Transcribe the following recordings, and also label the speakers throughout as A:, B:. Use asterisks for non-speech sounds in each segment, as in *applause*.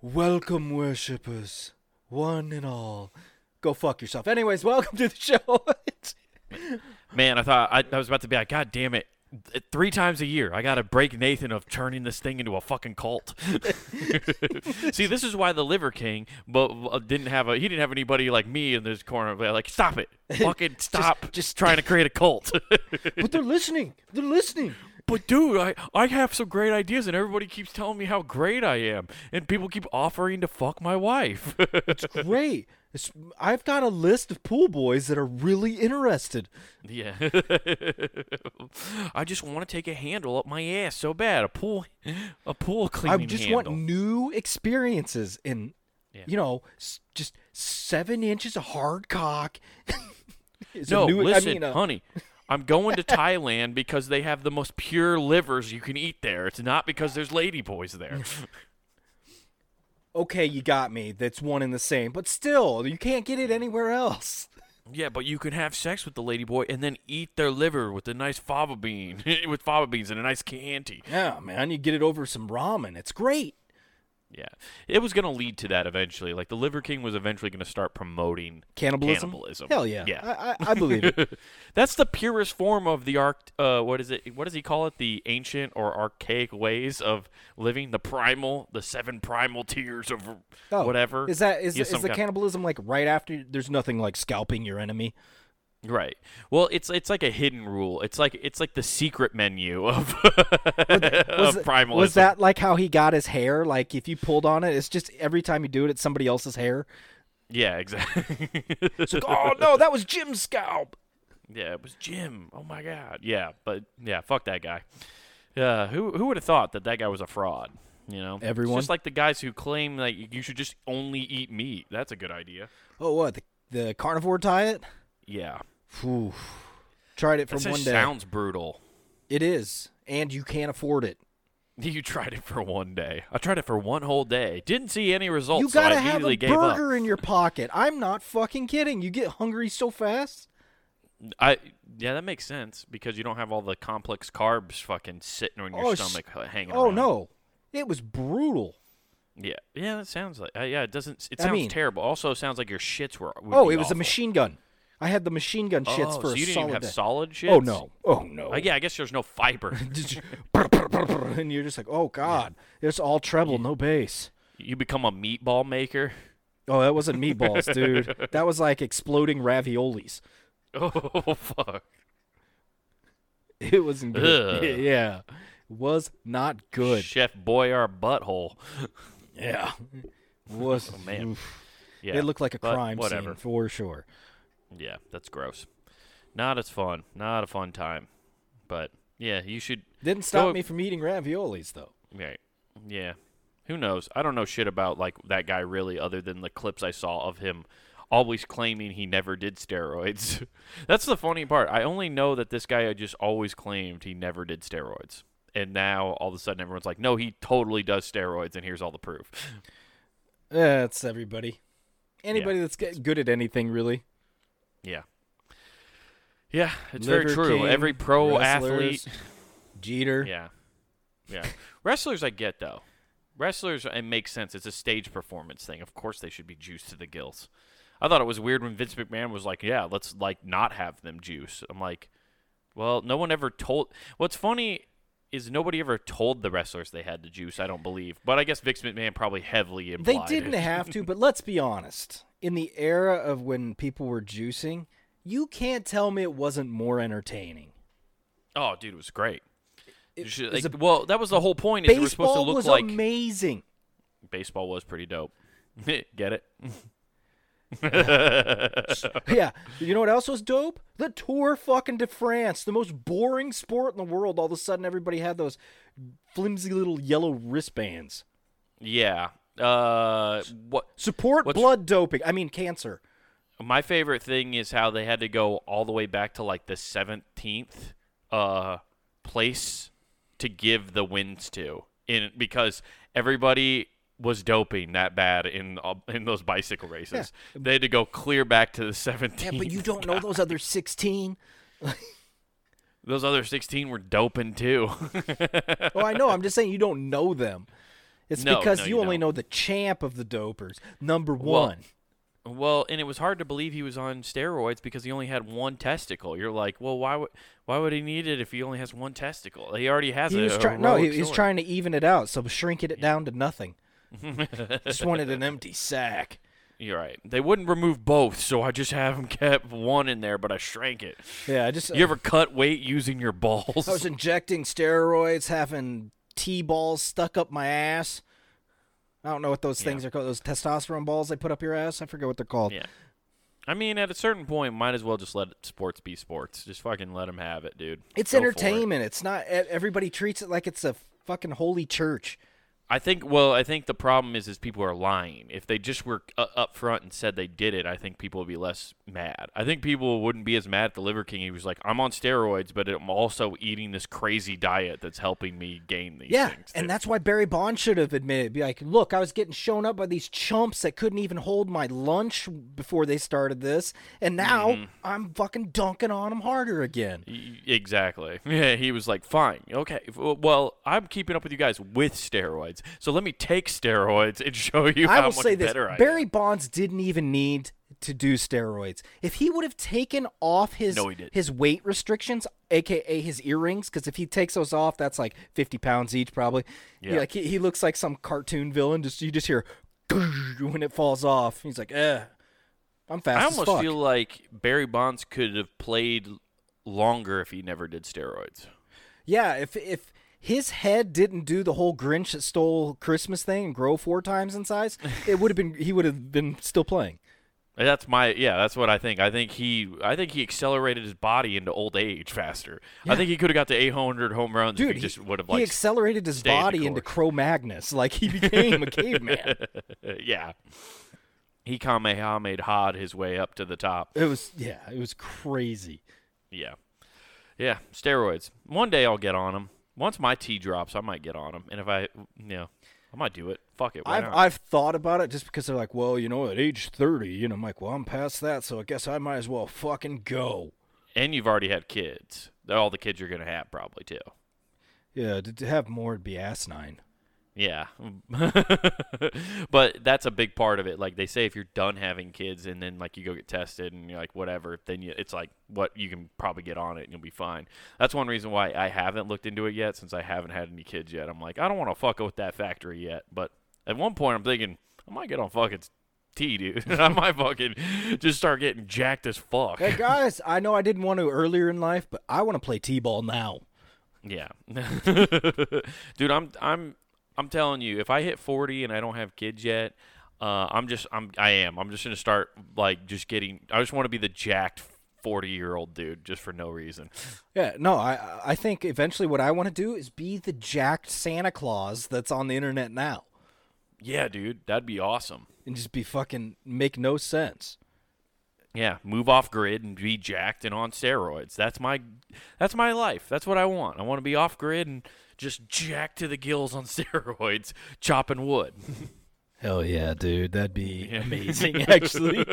A: Welcome, worshippers, one and all. Go fuck yourself. Anyways, welcome to the show. *laughs*
B: Man, I thought I, I was about to be like, God damn it. Th- Three times a year, I got to break Nathan of turning this thing into a fucking cult. *laughs* See, this is why the Liver King, but uh, didn't have a he didn't have anybody like me in this corner. but, Like, stop *laughs* it, fucking stop, just,
A: just-
B: trying to create a cult. *laughs*
A: but they're listening. They're listening.
B: but dude, I I have some great ideas, and everybody keeps telling me how great I am, and people keep offering to fuck my wife. *laughs*
A: *laughs* It's great. It's, I've got a list of pool boys that are really interested.
B: Yeah. *laughs* I just want to take a handle up my ass so bad. A pool a pool
A: I
B: cleaning
A: just
B: handle.
A: want new experiences in,
B: Yeah.
A: you know, s- just seven inches of hard cock. *laughs* Is a
B: no,
A: new- I
B: listen,
A: mean, uh,
B: honey. I'm going to Thailand because they have the most pure livers you can eat there. It's not because there's ladyboys
A: *laughs*
B: there.
A: okay, you got me. That's one and the same. But still, you can't get it anywhere else.
B: yeah, but you can have sex with the ladyboy and then eat their liver with a nice fava bean, *laughs* with fava beans and a nice Chianti.
A: Yeah, man, you get it over some ramen. It's great.
B: Yeah. It was going to lead to that eventually. Like the Liver King was eventually going to start promoting
A: Cannibalism?
B: cannibalism.
A: Hell yeah.
B: Yeah.
A: I, I, I believe
B: *laughs*
A: it.
B: That's the purest form of the arc. Uh, what is it? What does he call it? The ancient or archaic ways of living. The primal, the seven primal tiers of
A: Oh,
B: whatever.
A: Is that is,
B: Yeah,
A: is
B: some
A: the
B: kind-
A: cannibalism like right after? There's nothing like scalping your enemy.
B: right? Well, it's it's like a hidden rule. It's like it's like the secret menu of
A: Was,
B: *laughs* of
A: it-
B: primalism.
A: was that like how he got his hair? Like if you pulled on it, it's just every time you do it, it's somebody else's
B: *laughs*
A: hair.
B: Yeah, exactly.
A: It's like,
B: *laughs*
A: oh no, that was Jim's scalp.
B: yeah, it was Jim. Oh my god. Yeah, but yeah, fuck that guy. Yeah, who who would have thought that that guy was a fraud? You know, It's
A: Everyone.
B: just like the guys who claim like you should just only eat meat. That's a good idea.
A: Oh what the, the carnivore diet?
B: Yeah.
A: Phew. Tried it for
B: That
A: one
B: just
A: day.
B: sounds brutal. *laughs*
A: It is, and you can't afford it.
B: You tried it for one day. I tried it for one whole day. Didn't see any results.
A: you gotta
B: Oh, so I
A: have
B: immediately
A: a
B: gave
A: burger in your pocket. I'm not fucking kidding. You get hungry so fast.
B: Up. I yeah, that makes sense because you don't have all the complex carbs fucking sitting on your
A: Oh, s-
B: stomach h- hanging
A: Oh
B: around.
A: no, it was brutal.
B: Yeah, yeah, that sounds like uh, yeah. It doesn't. It
A: I
B: sounds
A: mean-
B: terrible. Also, it sounds like your shits were. would
A: Oh,
B: be
A: it was a
B: awful.
A: machine gun. I had the machine gun
B: Oh,
A: shits for
B: so
A: a
B: you didn't
A: solid
B: even have
A: day.
B: solid shits.
A: Oh no. Oh no.
B: Uh, yeah, I guess there's no fiber.
A: *laughs*
B: *laughs*
A: Just *laughs* brr, brr, brr, brr, and you're just like, oh god, it's all treble, no bass.
B: you become a meatball maker. *laughs*
A: Oh, that wasn't meatballs, dude. That was like exploding raviolis. *laughs*
B: Oh fuck.
A: It wasn't good. *laughs*
B: Ugh.
A: yeah, was not good.
B: Chef Boyar butthole.
A: Yeah, *laughs* was
B: Oh, man.
A: oof.
B: Yeah,
A: It looked like a
B: but
A: crime
B: whatever.
A: scene for sure.
B: Yeah, that's gross. Not as fun. Not a fun time. But yeah, you should.
A: Didn't stop
B: Go-
A: me from eating raviolis though.
B: Right. Yeah. Who knows? I don't know shit about like that guy really, other than the clips I saw of him always claiming he never did steroids. *laughs* that's the funny part. I only know that this guy just always claimed he never did steroids. And now all of a sudden everyone's like, no, he totally does steroids, and here's all the proof. *laughs*
A: That's everybody. Anybody that's that's g- good at anything, really.
B: Yeah. Yeah, it's very
A: Liver
B: true.
A: King,
B: Every pro athlete
A: wrestlers, Jeter.
B: Yeah. Yeah. *laughs* Wrestlers I get though. Wrestlers it makes sense. It's a stage performance thing. Of course they should be juiced to the gills. I thought it was weird when Vince McMahon was like, "Yeah, let's like not have them juice." I'm like, "Well, no one ever told What's funny is nobody ever told the wrestlers they had to juice, I don't believe. But I guess Vince McMahon probably heavily
A: They
B: implied
A: didn't
B: it.
A: have to, but let's be honest. In the era of when people were juicing, you can't tell me it wasn't more entertaining.
B: Oh, dude, it was great.
A: It
B: You should-
A: was
B: like,
A: a-
B: well, that was the whole point is you were supposed to
A: baseball
B: look
A: was
B: like *laughs*
A: amazing.
B: baseball was pretty dope. *laughs* get it?
A: yeah. You know what else was dope? The tour fucking to France, the most boring sport in the world. All of a sudden, everybody had those flimsy little yellow wristbands.
B: Yeah. Uh, what
A: Support
B: What's-
A: blood doping. I mean, cancer.
B: my favorite thing is how they had to go all the way back to like the seventeenth uh place to give the wins to in because everybody was doping that bad in uh, in those bicycle races. They had to go clear back to the seventeenth.
A: Yeah, but you don't know those other 16.
B: Those other sixteen were doping too.
A: Oh, I know. I'm just saying you don't know them. It's
B: No,
A: because
B: no,
A: you,
B: you
A: only
B: don't.
A: know the champ of the dopers, number
B: Well,
A: one.
B: Well, and it was hard to believe he was on steroids because he only had one testicle. You're like, well, why would why would he need it if he only has one testicle? He already has
A: He
B: a,
A: was
B: a
A: trying. No, he
B: heroic
A: he was
B: story.
A: trying to even it out, so shrinking it down to
B: *laughs*
A: nothing. just wanted an empty sack.
B: You're right. They wouldn't remove both, so I just have him *laughs* kept one in there, but I shrank it.
A: Yeah, I just.
B: You ever cut weight using your balls?
A: I was injecting steroids, having T balls stuck up my ass. I don't know what those things are called. Those testosterone balls they put up your ass. I forget what they're called.
B: *laughs* yeah. I mean, at a certain point, might as well just let sports be sports. Just fucking let him have it, dude.
A: It's
B: Go for it.
A: entertainment. It's not. e- Everybody treats it like it's a fucking holy church.
B: I think. Well, I think the problem is, is people are lying. If they just were uh, up front and said they did it, I think people would be less mad. I think people wouldn't be as mad at the Liver King. He was like, "I'm on steroids, but I'm also eating this crazy diet that's helping me gain these
A: Yeah,
B: things."
A: and
B: too."
A: that's why Barry Bond should have admitted. Be like, look, I was getting shown up by these chumps that couldn't even hold my lunch before they started this, and now
B: Mm-hmm.
A: I'm fucking dunking on them harder again.
B: Y- E, Exactly. *laughs* Yeah, he was like, "Fine, okay. f- Well, I'm keeping up with you guys with steroids, so let me take steroids and *laughs* show you
A: I
B: how
A: will
B: much
A: say this:
B: better I am."
A: Barry Bonds didn't even need to do steroids. If he would have taken off his
B: No, he didn't.
A: his weight restrictions, aka his earrings, because if he takes those off, that's like fifty pounds each, probably. Yeah.
B: Yeah.
A: Like he, he looks like some cartoon villain. Just you just hear *laughs* when it falls off. He's like, eh, I'm fast.
B: I
A: as
B: almost
A: fuck."
B: feel like Barry Bonds could have played longer if he never did steroids.
A: Yeah, if if his head didn't do the whole Grinch that stole Christmas thing and grow four times in size, it would have been he would have been still playing.
B: And That's my yeah. That's what I think. I think he I think he accelerated his body into old age faster. I think he could have got to 800 home runs
A: Dude,
B: if he,
A: he,
B: just would have
A: he
B: like
A: accelerated his
B: stayed the
A: body into
B: course.
A: Cro Magnus, like he became a
B: *laughs*
A: caveman.
B: *laughs* yeah. He kamehameha his way up to the top.
A: It was yeah, it was crazy.
B: Yeah. Yeah, steroids. One day I'll get on them. Once my tea drops, I might get on them. And if I, you know, I might do it. Fuck it. Why
A: I've
B: not?
A: I've thought about it just because they're like, well, you know, at age thirty, you know, I'm like, well, I'm past that, so I guess I might as well fucking go.
B: and you've already had kids. They're All the kids you're going to have, probably, too.
A: Yeah, to, to have more would be asinine.
B: Yeah. *laughs* but that's a big part of it. Like they say if you're done having kids and then like you go get tested and you're like whatever, then you it's like what you can probably get on it and you'll be fine. That's one reason why I haven't looked into it yet since I haven't had any kids yet. I'm like I don't want to fuck with that factory yet, but at one point I'm thinking I might get on fucking T, dude. *laughs* I might fucking just start getting jacked as fuck. *laughs*
A: Hey guys, I know I didn't want to earlier in life, but I want to play t-ball now.
B: Yeah. *laughs* Dude, I'm I'm I'm telling you, if I hit 40 and I don't have kids yet, uh, I'm just I'm I am. I'm just going to start like just getting I just want to be the jacked 40-year-old dude just for no reason.
A: Yeah, no, I I think eventually what I want to do is be the jacked Santa Claus that's on the internet now
B: Yeah, dude, that'd be awesome.
A: and just be fucking make no sense.
B: Yeah, move off grid and be jacked and on steroids. That's my that's my life. That's what I want. I want to be off grid and just jacked to the gills on *laughs* steroids, chopping wood. *laughs*
A: Hell yeah, *laughs* dude, that'd be amazing actually.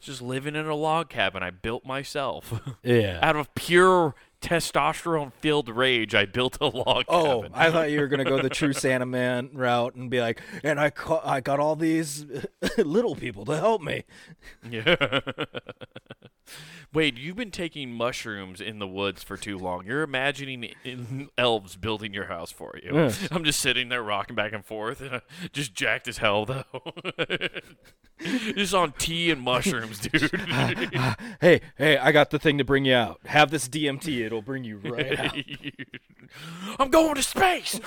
B: just living in a log cabin I built myself. *laughs*
A: yeah.
B: out of pure testosterone filled rage, I built a log
A: Oh,
B: *laughs* cabin.
A: I thought you were gonna go the true Santa Man route and be like, and I ca- I got all these *laughs* little people to help me.
B: Yeah. Wait, you've been taking mushrooms in the woods for too long. You're imagining in- elves building your house for you.
A: Yes.
B: I'm just sitting there rocking back and forth, and uh, just jacked as hell though. *laughs* just on tea and mushrooms,
A: *laughs*
B: dude.
A: Hey, hey, I got the thing to bring you out. Have this DMT; it'll bring you *laughs* right out.
B: I'm going to space.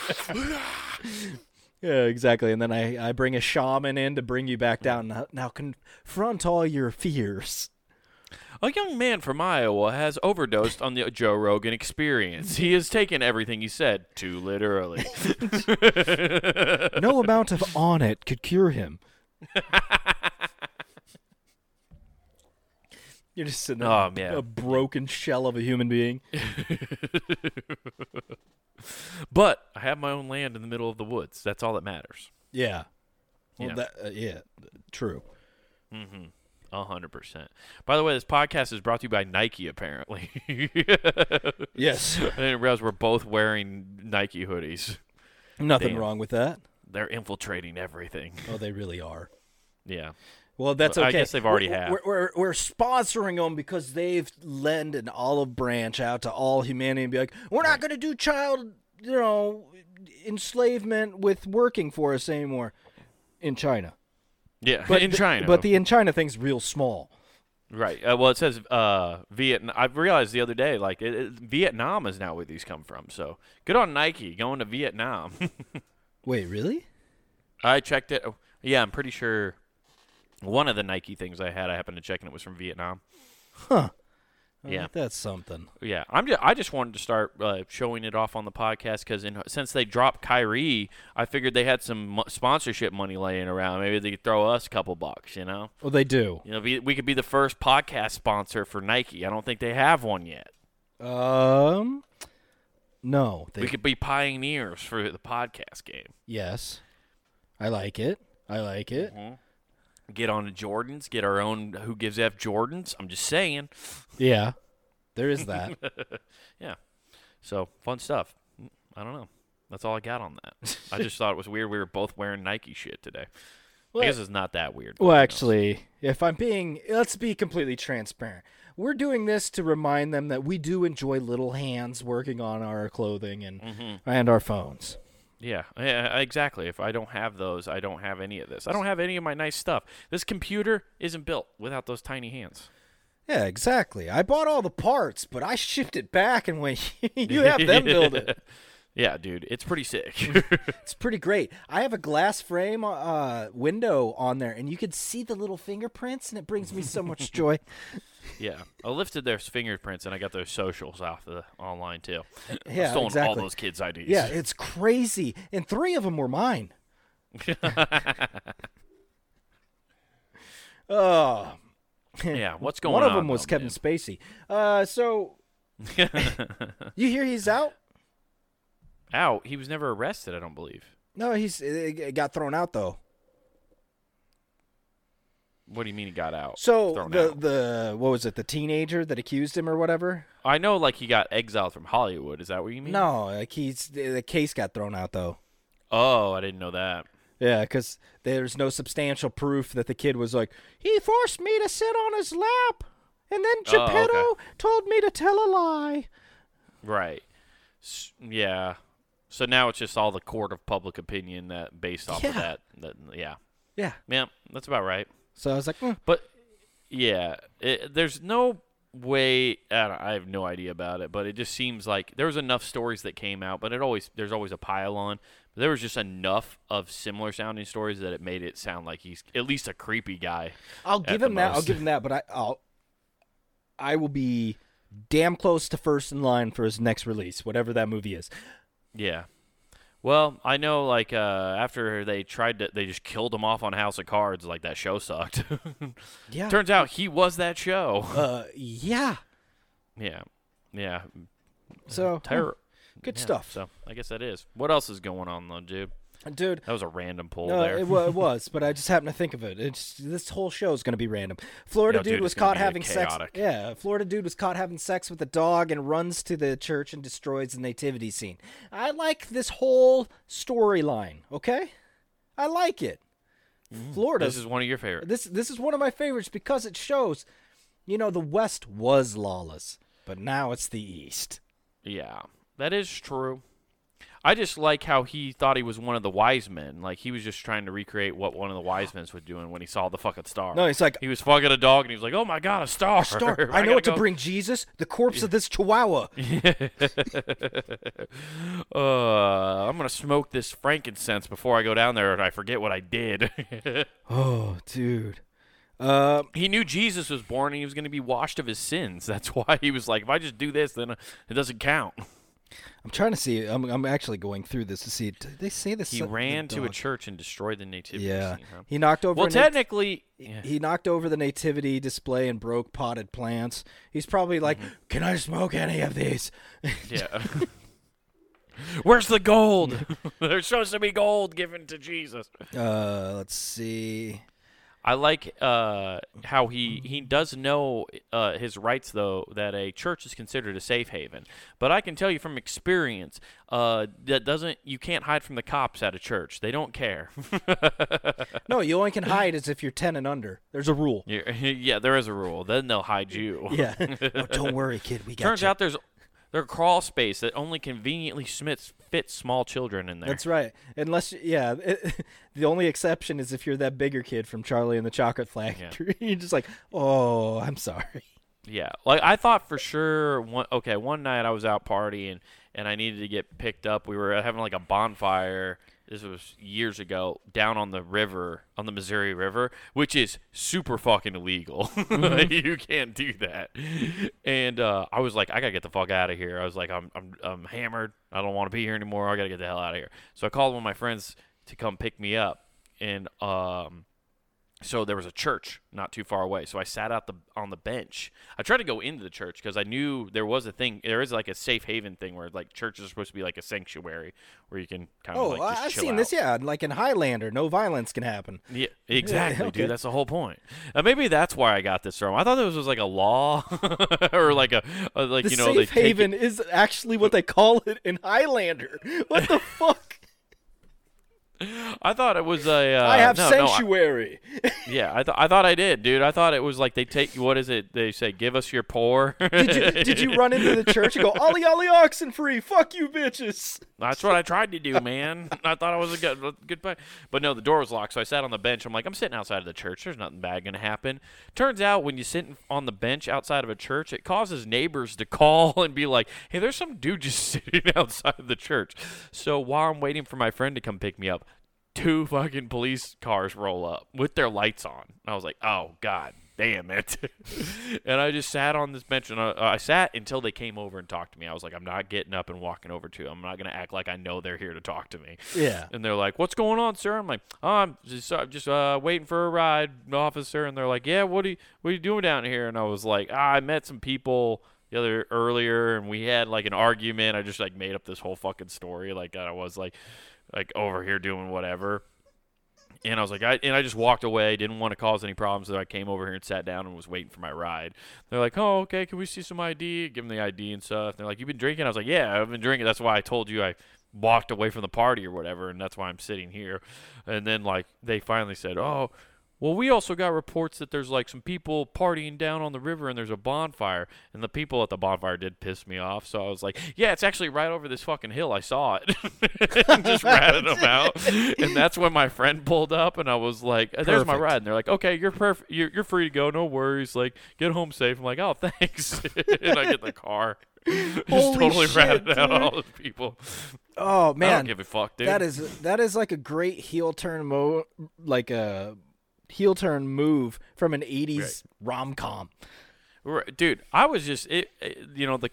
A: Yeah, exactly. And then I, I bring a shaman in to bring you back down. Now, now confront all your fears.
B: A young man from Iowa has overdosed on the Joe Rogan experience. He has taken everything he said too literally.
A: No amount of on it could cure him. You're just sitting there,
B: Oh, man.
A: a broken shell of a human being.
B: but I have my own land in the middle of the woods. That's all that matters.
A: Yeah. Well,
B: Yeah.
A: That, uh, yeah, true.
B: A 100%. By the way, this podcast is brought to you by Nike, apparently. *laughs* I
A: Yes.
B: didn't realize we're both wearing Nike hoodies.
A: *laughs* Nothing
B: Damn.
A: wrong with that.
B: They're infiltrating everything.
A: Oh, they really are.
B: Yeah.
A: Well, that's
B: Well,
A: okay.
B: I guess they've already
A: we're,
B: have.
A: We're, we're, we're sponsoring them because they've lend an olive branch out to all humanity and be like, we're not going to do child, you know, enslavement with working for us anymore in China.
B: Yeah.
A: But
B: in
A: the-
B: China.
A: but the in China thing's real small.
B: Right. Uh, well, it says uh, Vietnam. I realized the other day, like it, it- Vietnam is now where these come from. So good on Nike going to Vietnam. *laughs*
A: Wait, really?
B: I checked it. Oh, Yeah, I'm pretty sure one of the Nike things I had, I happened to check, and it was from Vietnam.
A: Huh.
B: Yeah.
A: That's something.
B: Yeah, I'm. Just, I just wanted to start uh, showing it off on the podcast because since they dropped Kyrie, I figured they had some mo- sponsorship money laying around. Maybe they could throw us a couple bucks. You know,
A: Well, Oh, they do.
B: you know, we, we could be the first podcast sponsor for Nike. I don't think they have one yet.
A: Um, no. They,
B: We could be pioneers for the podcast game.
A: yes. I like it. I like it.
B: Mm-hmm. Get on to Jordans. Get our own. Who gives f Jordans? I'm just saying.
A: Yeah. There is
B: *laughs*
A: that.
B: Yeah. So fun stuff. Mm, I don't know. That's all I got on that. I
A: *laughs*
B: just thought it was weird we were both wearing Nike shit today. I guess it's not that weird.
A: Well, actually, if I'm being, let's be completely transparent. We're doing this to remind them that we do enjoy little hands working on our clothing and
B: Mm-hmm.
A: and our phones.
B: Yeah, yeah, exactly. If I don't have those, I don't have any of this. I don't have any of my nice stuff. This computer isn't built without those tiny hands.
A: Yeah, exactly. I bought all the parts, but I shipped it back and went, *laughs* you have
B: *laughs*
A: them build it.
B: yeah, dude, it's pretty sick.
A: *laughs*
B: *laughs*
A: It's pretty great. I have a glass frame uh, window on there, and you can see the little fingerprints, and it brings me so
B: *laughs*
A: much joy.
B: yeah, I lifted their fingerprints and I got their socials off the online too.
A: Yeah,
B: I've stolen all
A: exactly.
B: those kids' IDs.
A: Yeah, it's crazy. And three of them were mine. oh,
B: *laughs* yeah. What's going
A: one
B: on?
A: of them was
B: though,
A: Kevin Spacey. Uh, so
B: *laughs*
A: you hear he's out?
B: man? Out. He was never arrested. I don't believe.
A: No, he's uh, it got thrown out though.
B: What do you mean he got out?
A: So
B: Thrown
A: the
B: out.
A: the what was it? The teenager that accused him or whatever?
B: I know, like he got exiled from Hollywood. Is that what you mean?
A: No, like he's the case got thrown out though.
B: Oh, I didn't know that.
A: Yeah, because there's no substantial proof that the kid was like, he forced me to sit on his lap, and then
B: Oh, okay.
A: Geppetto told me to tell a lie.
B: Right. S- yeah. So now it's just all the court of public opinion that based off
A: Yeah.
B: of that, that. Yeah.
A: Yeah.
B: Yeah. That's about right.
A: So I was like, "Hmm,
B: But yeah, it, there's no way. I, don't, I have no idea about it, but it just seems like there was enough stories that came out, but it always there's always a pile on. But there was just enough of similar sounding stories that it made it sound like he's at least a creepy guy.
A: I'll
B: At
A: give
B: the
A: him that. I'll
B: most.
A: give him that. But I, I'll, I will be damn close to first in line for his next release, whatever that movie is.
B: Yeah. Well, I know, like uh, after they tried to, they just killed him off on House of Cards. Like that show sucked. *laughs*
A: Yeah.
B: Turns out he was that show.
A: uh, yeah.
B: yeah, yeah,
A: So
B: terror.
A: good
B: yeah,
A: stuff,
B: So I guess that is. What else is going on though, dude?
A: dude.
B: That was a random poll
A: No,
B: there.
A: it,
B: *laughs*
A: wa- it was, but I just happened to think of it. It's this whole show is going to be random. Florida
B: Yo,
A: dude,
B: dude,
A: was
B: it's gonna
A: caught
B: be
A: having sex.
B: chaotic.
A: Yeah, Florida dude was caught having sex with a dog and runs to the church and destroys the nativity scene. I like this whole storyline. Okay, I like it. Florida.
B: Mm, this is one of your favorites.
A: This this is one of my favorites because it shows, you know, the West was lawless, but now it's the
B: *laughs*
A: East.
B: Yeah, that is true. I just like how he thought he was one of the wise men. Like he was just trying to recreate what one of the wise men was doing when he saw the fucking star.
A: No, he's like
B: he was fucking a dog, and he was like, "Oh my god, a star!
A: Star,
B: *laughs*
A: I know
B: gotta
A: what to
B: go."
A: bring Jesus, the corpse of this
B: *laughs*
A: chihuahua.
B: uh, I'm gonna smoke this frankincense before I go down there, and I forget what I did. *laughs*
A: Oh, dude. Uh,
B: he knew Jesus was born, and he was gonna be washed of his sins. That's *laughs* why he was like, if I just do this, then uh, it doesn't count.
A: I'm trying to see. I'm, I'm actually going through this to see. Did they say this?
B: He ran to a church and destroyed the nativity
A: Yeah,
B: scene. Huh?
A: he knocked over.
B: Well,
A: a nat-
B: technically, yeah.
A: he knocked over the nativity display and broke potted plants. He's probably like,
B: Mm-hmm.
A: "Can I smoke any of these?" *laughs*
B: yeah. *laughs* Where's
A: *laughs*
B: the gold? There's supposed to be gold given to Jesus.
A: Uh, let's see.
B: I like uh, how he he does know uh, his rights though that a church is considered a safe haven. But I can tell you from experience uh, that doesn't you can't hide from the cops at a church. They
A: *laughs*
B: don't care.
A: No, you
B: *laughs*
A: only can hide is if you're ten and under. There's a rule.
B: You're- *laughs* yeah, there is a rule. Then they'll hide you.
A: *laughs*
B: *laughs*
A: Yeah. Oh, don't worry, kid. We got
B: Turns
A: you.
B: out there's there's a crawl space that only conveniently smits fits small children in there.
A: That's right. Unless, you- yeah, *laughs* it- the only exception is if you're that bigger kid from Charlie and the Chocolate Factory. *laughs* you're just like, oh, I'm sorry.
B: Yeah, like I thought for sure. One okay, one night I was out partying and I needed to get picked up. We were having like a bonfire. This was years ago, down on the river, on the Missouri River, which is super fucking illegal. *laughs* you can't do that. And uh, I was like, I gotta get the fuck out of here. I was like, I'm, I'm, I'm hammered. I don't want to be here anymore. I gotta get the hell out of here. So I called one of my friends to come pick me up, and um, so there was a church not too far away. So I sat out the on the bench. I tried to go into the church because I knew there was a thing. There is like a safe haven thing where like churches are supposed to be like a sanctuary where you can kind of
A: Oh,
B: like
A: I-
B: just
A: I've
B: chill
A: seen
B: out.
A: this. Yeah, like in Highlander, no violence can happen. *laughs*
B: Yeah, exactly,
A: okay.
B: dude. That's the whole point. Uh, maybe that's why I got this from. I thought this was like a law *laughs* or like a, a like
A: The
B: you know they
A: safe
B: take it-
A: haven is actually what they call it in Highlander. What
B: *laughs*
A: the fuck?
B: I thought it was a. Uh,
A: I have
B: no, no, I-
A: sanctuary. *laughs*
B: yeah, I, th- I thought I did, dude. I thought it was like they take what is it? They say give us your poor.
A: did
B: *laughs*
A: you did you run into the church and go, Ollie Ollie Oxen Free, fuck you bitches?
B: That's what I tried to do, man. *laughs* I thought I was a good good play. But no, the door was locked, so I sat on the bench. I'm like, I'm sitting outside of the church. There's nothing bad gonna happen. Turns out when you sit on the bench outside of a church, it causes neighbors to *laughs* call and be like, Hey, there's some dude just *laughs* sitting outside of the church. So while I'm waiting for my friend to come pick me up, two fucking police cars roll up with their lights on. And I was like, Oh god. Damn it! *laughs* and I just sat on this bench, and I, I sat until they came over and talked to me. I was like, "I'm not getting up and walking over to. 'em. I'm not gonna act like I know they're here to talk to me."
A: Yeah.
B: And they're like, "What's going on, sir?" I'm like, "Oh, I'm just uh, just uh, waiting for a ride, officer." And they're like, "Yeah, what are you what are you doing down here?" And I was like, ah, "I met some people the other earlier, and we had like an argument. I just like made up this whole fucking story. Like I was like, like over here doing whatever." And I was like, I and I just walked away. Didn't want to cause any problems. So I came over here and sat down and was waiting for my ride. They're like, "Oh, okay. Can we see some ID?" Give them the ID and stuff. They're like, "You've been drinking?" I was like, "Yeah, I've been drinking. That's why I told you I walked away from the party or whatever, and that's why I'm sitting here." And then like they finally said, "Oh, well, we also got reports that there's like some people partying down on the river and there's a bonfire. And the people at the bonfire did piss me off. So I was like, yeah, it's actually right over this fucking hill. I saw it. *laughs* And Just ratted them out. And that's when my friend pulled up and I was like, there's my
A: Perfect.
B: ride. And they're like, okay, you're, perf- you're, you're free to go. No worries. Like, get home safe. I'm like, oh, thanks. *laughs* and I get in the car. *laughs* Just
A: Holy
B: totally
A: shit,
B: ratted out
A: dude.
B: all those people.
A: Oh
B: I don't
A: man.
B: give a fuck, dude.
A: That is that is like a great heel turn mo like a heel turn move from an 80s rom com.
B: Right, dude. I was just it, it- you know the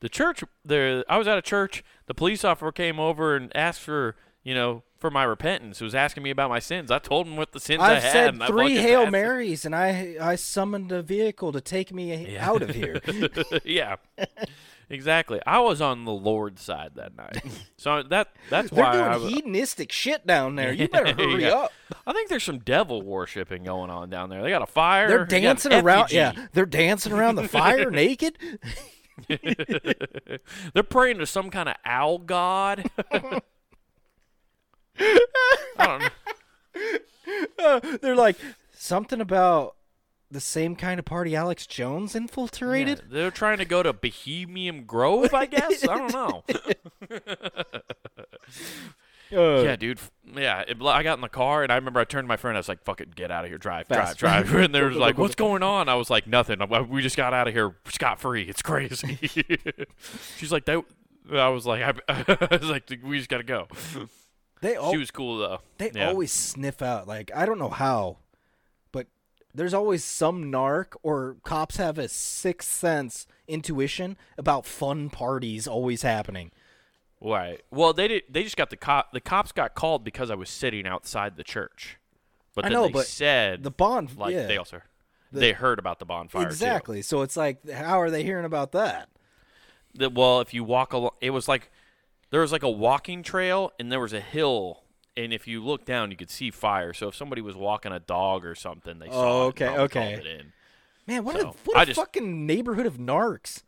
B: the church there. I was at a church. The police officer came over and asked for you know for my repentance. Was asking me about my sins. I told him what the sins I
A: I've
B: had.
A: said
B: and I
A: three
B: fucking
A: Hail
B: asked him-
A: Marys and I I summoned a vehicle to take me
B: Yeah.
A: out of
B: *laughs*
A: here.
B: yeah, exactly. I was on the Lord's side
A: *laughs*
B: that night, so that that's
A: They're
B: why I
A: doing
B: *laughs* was.
A: hedonistic shit down there. You better hurry
B: *laughs* Yeah.
A: up.
B: I think there's some devil worshiping going on down there. They got a fire.
A: They're
B: they got an
A: dancing around.
B: effigy.
A: Yeah, they're dancing around the
B: *laughs*
A: fire naked. *laughs*
B: They're praying to some kind of
A: *laughs*
B: owl god. I don't know.
A: They're like something about the same kind of party Alex Jones
B: Yeah,
A: infiltrated.
B: they're trying to go to Bohemian Grove, I guess. I
A: *laughs*
B: don't know.
A: Uh,
B: yeah, dude. f- Yeah, it, I got in the car and I remember I turned to my friend. I was like, "Fuck it, get out of here, drive,
A: Fast.
B: drive, *laughs* drive." And they were
A: *laughs*
B: like, "What's going on?" I was like, "Nothing. I- We just got out of here scot free. It's crazy." *laughs* She's like, "That." I *laughs* was like, I, I was like, we just gotta go.
A: they al-
B: She was cool though.
A: Oh. they
B: yeah.
A: always sniff out. Like I don't know how, but there's always some narc or cops have a sixth sense intuition about fun parties always happening.
B: Right. Well, they did. They just got the cop. The cops got called because I was sitting outside the church. But
A: I
B: then
A: know,
B: they
A: but
B: said
A: The bond,
B: like
A: yeah,
B: they also they heard about the bonfire too.
A: exactly. So it's like, how are they hearing about that?
B: that well if you walk along it was like there was like a walking trail and there was a hill and if you look down, you could see fire. So if somebody was walking a dog or something, they saw
A: Oh,
B: it and
A: okay,
B: probably
A: okay.
B: called it in.
A: Man, what a
B: So,
A: what a
B: I just-
A: fucking neighborhood of narcs,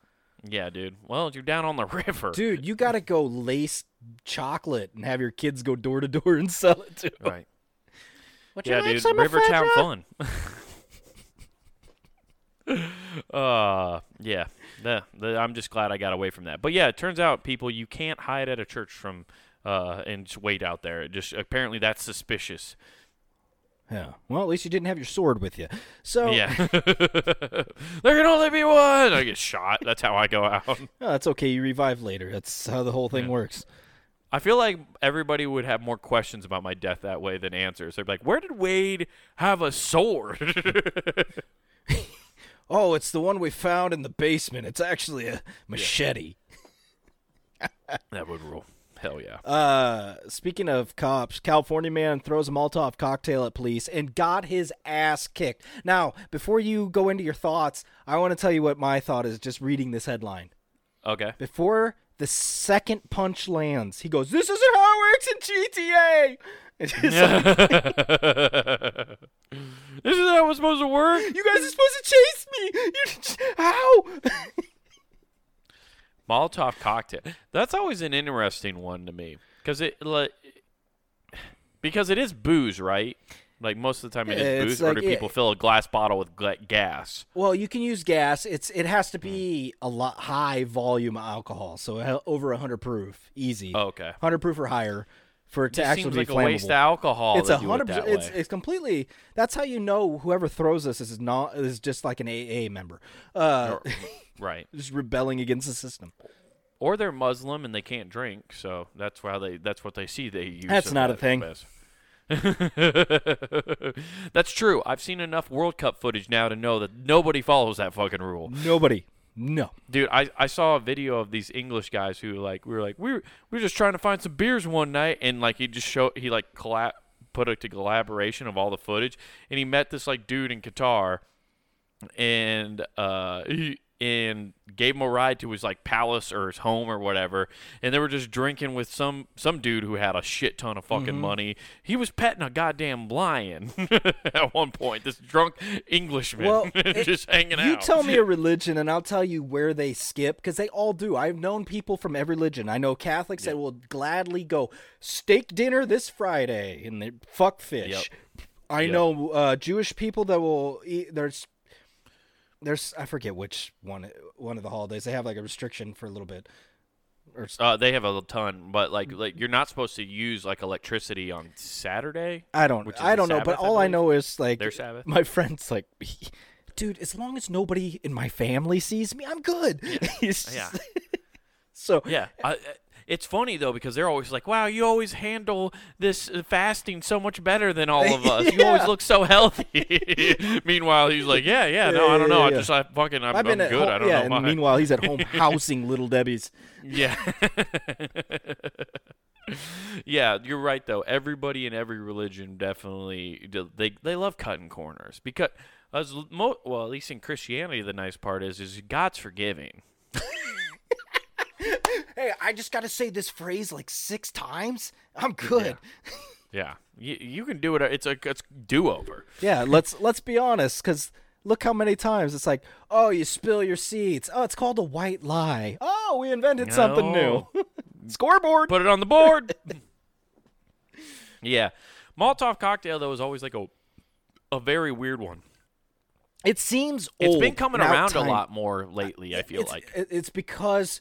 B: Yeah, dude. Well, you're down on the *laughs* river,
A: dude! You gotta go lace chocolate and have your kids go door to door and sell it to. 'em.
B: Right.
A: Would you
B: Yeah,
A: like
B: dude.
A: some of my
B: Rivertown
A: dro-
B: fun. *laughs* uh, yeah. The, the, I'm just glad I got away from that. But yeah, it turns out people you can't hide at a church from uh and just wait out there. It just apparently that's suspicious.
A: Yeah. Well, at least you didn't have your sword with you. So
B: Yeah. *laughs* there can only be one. I get shot. That's how I go out.
A: Oh, that's okay. You revive later. That's how the whole thing works.
B: I feel like everybody would have more questions about my death that way than answers. They'd be like, "Where did Wade have a sword?" *laughs*
A: Oh, it's the one we found in the basement. It's actually a machete.
B: that would rule. Hell yeah.
A: Uh, speaking of cops, California man throws a Molotov cocktail at police and got his ass kicked. Now, before you go into your thoughts, I want to tell you what my thought is just reading this headline.
B: Okay.
A: Before the second punch lands, he goes, This isn't how it works in GTA. It's just like,
B: this is how it's supposed to work.
A: *laughs* you guys are supposed to chase me. You, how? *laughs*
B: Molotov cocktail. That's always an interesting one to me because it like, because it is booze, right? Like most of the time it
A: Yeah, it's
B: is booze, or
A: like-
B: do people fill a glass bottle with gla- gas?
A: Well, you can use gas. It's it has to be a lot high volume alcohol, so he- over hundred proof, easy.
B: Oh, Okay.
A: hundred proof or higher for it to
B: It
A: actually
B: seems
A: be
B: like
A: flammable.
B: a waste of alcohol.
A: it's
B: to
A: a
B: do it
A: hundred.
B: that
A: percent- It's
B: way.
A: it's completely. That's how you know whoever throws this is not is just like an AA member, uh,
B: Or- right.
A: *laughs* just rebelling against the system.
B: or they're Muslim and they can't drink, so that's why they that's what they see they use.
A: That's
B: of
A: not a
B: that
A: thing.
B: best. *laughs* that's true. I've seen enough World Cup footage now to know that nobody follows that fucking rule.
A: Nobody, no.
B: Dude, I, I saw a video of these English guys who like we were like we were, we were just trying to find some beers one night and like he just show he like collab put a to collaboration of all the footage and he met this like dude in Qatar and uh he and gave him a ride to his like palace or his home or whatever and they were just drinking with some some dude who had a shit ton of fucking
A: Mm-hmm.
B: money he was petting a goddamn lion *laughs* at one point this drunk englishman *laughs*
A: Well,
B: just hanging
A: You
B: out
A: tell
B: *laughs*
A: me a religion, and I'll tell you where they skip, because they all do. I've known people from every religion. I know Catholics that will gladly go steak dinner this Friday and they fuck fish. I
B: Yep.
A: know uh, Jewish people that will eat. There's, there's I forget which one one of the holidays they have like a restriction for a little bit. Or s-
B: Uh, they have a ton, but like like you're not supposed to use like electricity on Saturday.
A: I don't
B: Which is
A: I
B: the
A: don't know,
B: Sabbath,
A: but
B: I
A: all I
B: believe.
A: know is like
B: Their Sabbath.
A: my *laughs* friends like. Dude, as long as nobody in my family sees me, I'm good. *laughs* It's
B: Yeah.
A: just- *laughs* so
B: Yeah, I, I- it's funny though because they're always like, "Wow, you always handle this uh, fasting so much better than all of us.
A: *laughs*
B: You
A: Yeah.
B: always look so healthy." *laughs* Meanwhile, he's like, "Yeah, yeah, no, I don't know.
A: yeah,
B: I
A: yeah.
B: just I fucking I'm,
A: I've been
B: I'm
A: at
B: good.
A: home,
B: I don't
A: yeah,
B: know why."
A: and meanwhile he's
B: *laughs*
A: at home housing little Debbie's.
B: yeah. *laughs* Yeah, you're right though. Everybody in every religion definitely do- they they love cutting corners because as mo- well at least in Christianity the nice part is is God's forgiving.
A: Hey, I just got to say this phrase like six times. I'm good.
B: Yeah, you, you can do it. uh, It's a it's do over.
A: Yeah, let's let's be honest, because look how many times it's like, oh, you spill your seeds. Oh, it's called a white lie. Oh, we invented something new.
B: *laughs*
A: Scoreboard.
B: Put it on the board. *laughs* yeah, Molotov cocktail though is always like a a very weird one.
A: it seems
B: It's
A: old
B: been coming
A: and
B: around a
A: outtimed.
B: lot more lately. I feel
A: Oh, it's,
B: like
A: it- it's because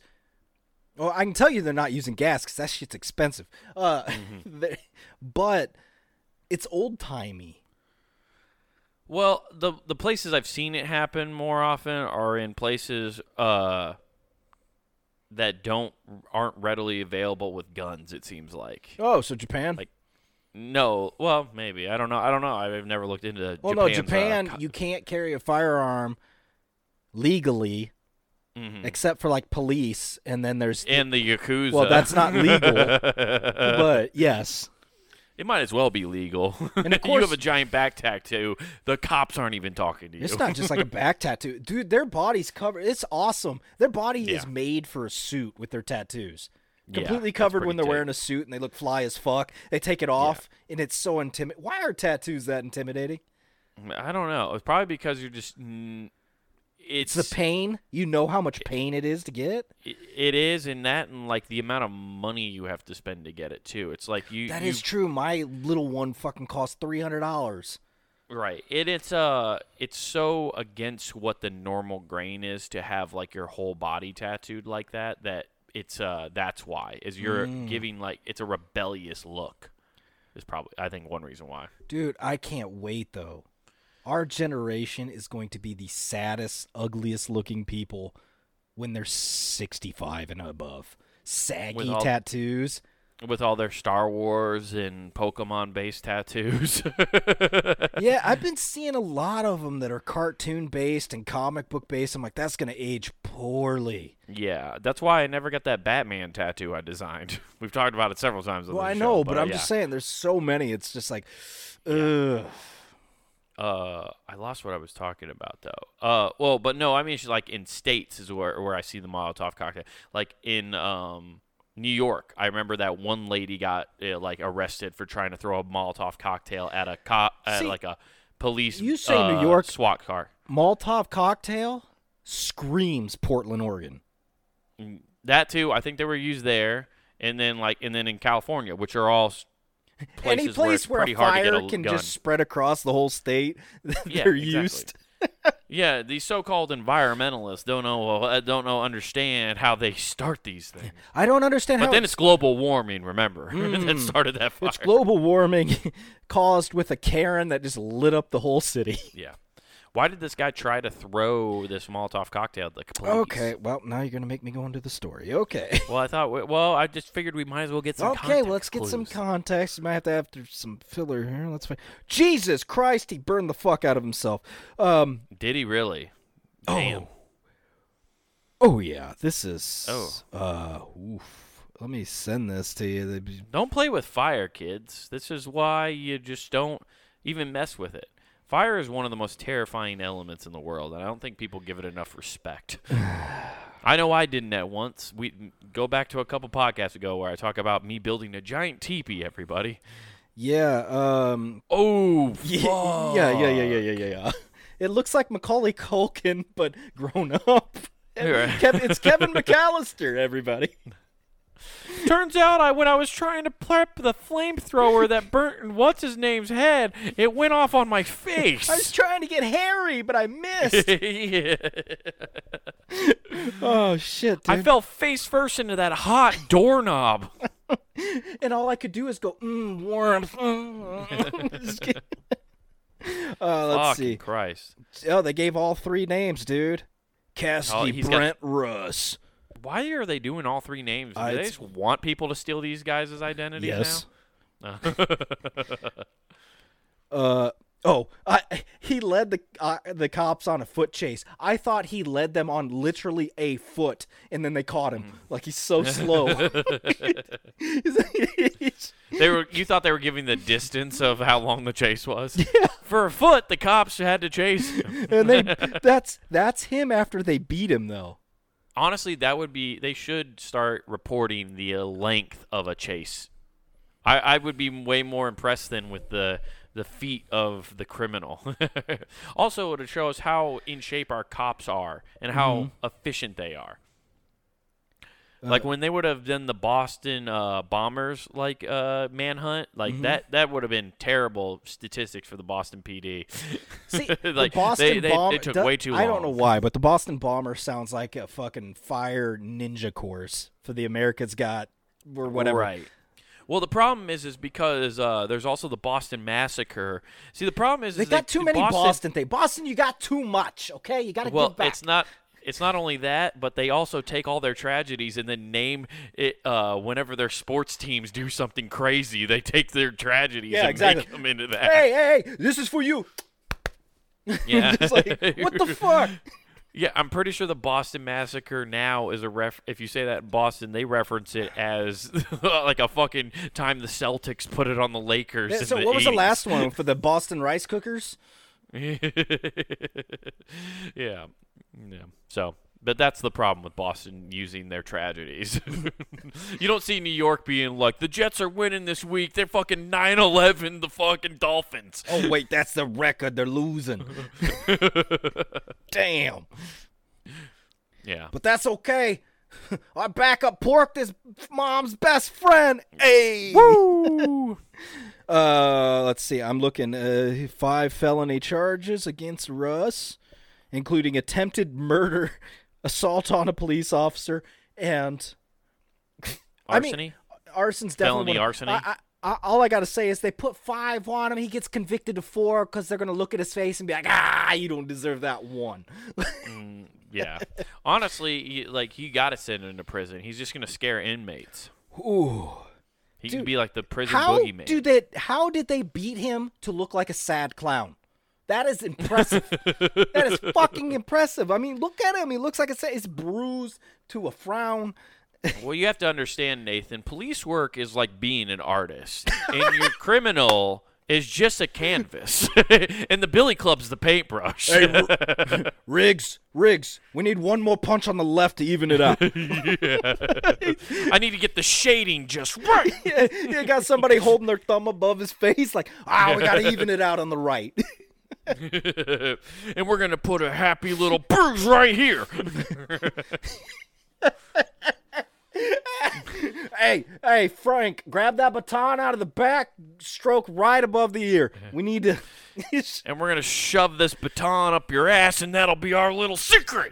A: well i can tell you they're not using gas because that shit's expensive uh *laughs*
B: Mm-hmm.
A: they- but it's old timey
B: Well, the the places I've seen it happen more often are in places uh, that don't aren't readily available with guns. It seems like
A: oh so japan
B: Like, no. Well, maybe I don't know. I don't know. I've never looked into.
A: well no
B: Japan's, uh,
A: japan
B: co-
A: you can't carry a firearm legally
B: Mm-hmm.
A: except for like police and then there's
B: and the yakuza.
A: well that's not
B: *laughs*
A: legal but yes
B: It might as well be legal.
A: And of
B: *laughs* you
A: course-
B: have a giant back tattoo. The cops aren't even talking to you.
A: it's not just like a back tattoo dude their body's covered it's awesome their body is
B: Yeah.
A: made for a suit with their tattoos
B: Yeah,
A: completely
B: that's
A: covered when
B: pretty
A: they're
B: tight.
A: wearing a suit and they look fly as fuck. They take it off and it's so intimidating. Why are tattoos that intimidating?
B: I don't know. It's probably because you're just. mm, It's,
A: It's the pain. You know how much pain it is to get.
B: it- it is in that and like the amount of money you have to spend to get it too. It's like you
A: That
B: you,
A: is true. My little one fucking cost three hundred dollars.
B: Right. It, it's uh it's so against what the normal grain is to have like your whole body tattooed like that that it's uh that's why is you're
A: Mm.
B: giving like it's a rebellious look. Is probably I think one reason why.
A: Dude, I can't wait though. Our generation is going to be the saddest, ugliest looking people when they're 65 and above. Saggy
B: all- *laughs*
A: tattoos.
B: With all their Star Wars and Pokemon based tattoos. *laughs*
A: yeah, I've been seeing a lot of them that are cartoon based and comic book based. I'm like, that's going to age poorly.
B: yeah, that's why I never got that Batman tattoo I designed. *laughs* We've talked about it several times on
A: Well,
B: this
A: I
B: show,
A: know, but,
B: uh,
A: I'm
B: yeah.
A: just saying there's so many. It's just like, ugh.
B: uh I lost what I was talking about though. Uh well, but no, I mean it's like in states is where where I see the Molotov cocktail. Like in um New York, I remember that one lady got uh, like arrested for trying to throw a Molotov cocktail at a cop at
A: See,
B: like a police
A: you say New
B: uh,
A: York-
B: SWAT car.
A: Molotov cocktail screams Portland, Oregon.
B: Mm, That too, I think they were used there and then like and then in California, which are all s-
A: *laughs*
B: places
A: Any place
B: where,
A: where,
B: it's pretty
A: a
B: hard to
A: fire
B: get a
A: can
B: gun.
A: just spread across the whole state, *laughs* they're
B: Yeah, exactly.
A: used.
B: Yeah, these so-called environmentalists don't know uh, don't know understand how they start these things.
A: I don't understand
B: But
A: how
B: then it's global warming, remember? *laughs* that started that fire.
A: Hmm. it's global warming *laughs* caused with a Karen that just lit up the whole
B: *laughs*
A: city.
B: yeah. Why did this guy try to throw this Molotov cocktail at the police?
A: Okay, well now you're gonna make me go into the story. Okay.
B: Well, I thought. Well, I just figured we might as well get
A: *laughs*
B: some.
A: Okay, well,
B: context
A: let's get some
B: clues.
A: context. You might have to have to- some filler here. Let's find. Jesus Christ, he burned the fuck out of himself. Um.
B: Did he really? Damn.
A: Oh. Oh yeah, this is.
B: Oh.
A: Uh. Oof. Let me send this to you. They'd be-
B: Don't play with fire, kids. This is why you just don't even mess with it. Fire is one of the most terrifying elements in the world, and I don't think people give it enough
A: *sighs*
B: respect. I know I didn't at once. We go back to a couple podcasts ago where I talk about me building a giant teepee. Everybody,
A: Yeah. Um.
B: *laughs* Oh,
A: Yeah. *laughs*
B: fuck.
A: Yeah. Yeah. Yeah. Yeah. Yeah. Yeah. yeah. *laughs* It looks like Macaulay Culkin, but grown up. *laughs*
B: *laughs* Right.
A: Kev- it's *laughs* Kevin McAllister, everybody.
B: Turns out, I when I was trying to prep the flamethrower that burnt what's his name's head, it went off on my
A: *laughs*
B: face.
A: I was
B: *laughs*
A: trying to get Harry, but I missed.
B: Yeah.
A: *laughs* oh shit,
B: I
A: dude!
B: fell face first into that hot doorknob.
A: and all I could do is go, mm, warmth. mm." *laughs* Just kidding. uh, let's
B: Fucking
A: see.
B: Christ.
A: Oh, they gave all three names, dude. Cassidy,
B: he's got-
A: Brent, Russ.
B: Why are they doing all three names? Do
A: Uh,
B: they
A: it's-
B: just want people to steal these guys' identities
A: Yes.
B: now?
A: Uh oh, I, he led the uh, the cops on a foot chase. I thought he led them on literally a foot, and then they caught
B: Hmm.
A: him. Like he's so
B: *laughs*
A: slow. *laughs* He's-
B: They were you thought they were giving the distance of how long the chase was? For a foot, the cops had to chase him.
A: and they that's that's him after they beat him though.
B: honestly, that would be they should start reporting the uh, length of a chase. I, I would be way more impressed than with the the feet of the criminal. *laughs* also, it shows how in shape our cops are and how
A: Mm-hmm.
B: efficient they are.
A: Uh,
B: Like when they would have done the Boston uh, bombers like uh, manhunt, like
A: Mm-hmm.
B: that that would have been terrible statistics for the Boston PD. *laughs*
A: See, the
B: Like,
A: Boston
B: they- they-
A: bomber
B: it took
A: do-
B: way too
A: I don't know
B: long.
A: why, but the Boston bomber sounds like a fucking fire ninja course for the Americans got or whatever.
B: Right. Well, the problem is, is because uh, there's also the Boston massacre. See, the problem is,
A: They
B: is
A: got
B: that
A: too many Boston,
B: Boston.
A: things. Boston, you got too much. Okay, you got to
B: well,
A: give back.
B: it's not. It's not only that, but they also take all their tragedies and then name it. Uh, whenever their sports teams do something crazy, they take their tragedies
A: Yeah,
B: and
A: exactly.
B: make them into that.
A: hey, hey, hey, this is for you.
B: yeah.
A: *laughs* It's
B: *laughs*
A: like, what the *laughs* fuck?
B: Yeah, I'm pretty sure the Boston Massacre now is a ref. If you say that in Boston, they reference it as *laughs* like a fucking time the Celtics put it on the Lakers. in
A: so,
B: the
A: what was the
B: 80s.
A: last one for the Boston rice cookers?
B: *laughs* yeah. Yeah. So But that's the problem with Boston using their tragedies. *laughs* you don't see New York being like, the Jets are winning this week. They're fucking 9 11, the fucking Dolphins.
A: Oh wait, that's the record they're losing. *laughs* Damn.
B: Yeah.
A: But that's okay. *laughs* Our backup pork is mom's best friend. Hey.
B: Woo!
A: *laughs* Uh, let's see. I'm looking. Uh, five felony charges against Russ, including attempted murder, *laughs* assault on a police officer, and I mean,
B: Arsony?
A: arson's definitely
B: Felony
A: one-
B: arsony?
A: I, I, I, all I gotta say is they put five on him. He gets convicted of four because they're gonna look at his face and be like, "Ah, you don't deserve that one."
B: yeah. *laughs* Honestly, you- like, you got to send him to prison. He's just going to scare inmates.
A: Ooh,
B: He
A: Dude,
B: could be like the prison
A: how
B: boogeyman.
A: do they? How did they beat him to look like a sad clown? That is impressive.
B: *laughs*
A: that is fucking impressive. I mean, look at him. He looks like a sad. He's bruised to a frown.
B: Well, you have to understand, Nathan, police work is like being an artist, and your criminal is just a canvas, *laughs* and the billy club's the paintbrush.
A: Riggs, Riggs, we need one more punch on the left to even it out.
B: I need to get the shading just right.
A: *laughs* Yeah, you got somebody holding their thumb above his face, like, ah, we gotta even it out on the right.
B: and we're going to put a happy little bruise right here.
A: hey, hey, Frank, grab that baton out of the back, stroke right above the ear. We need to. *laughs*
B: And we're going to shove this baton up your ass, and that'll be our little secret.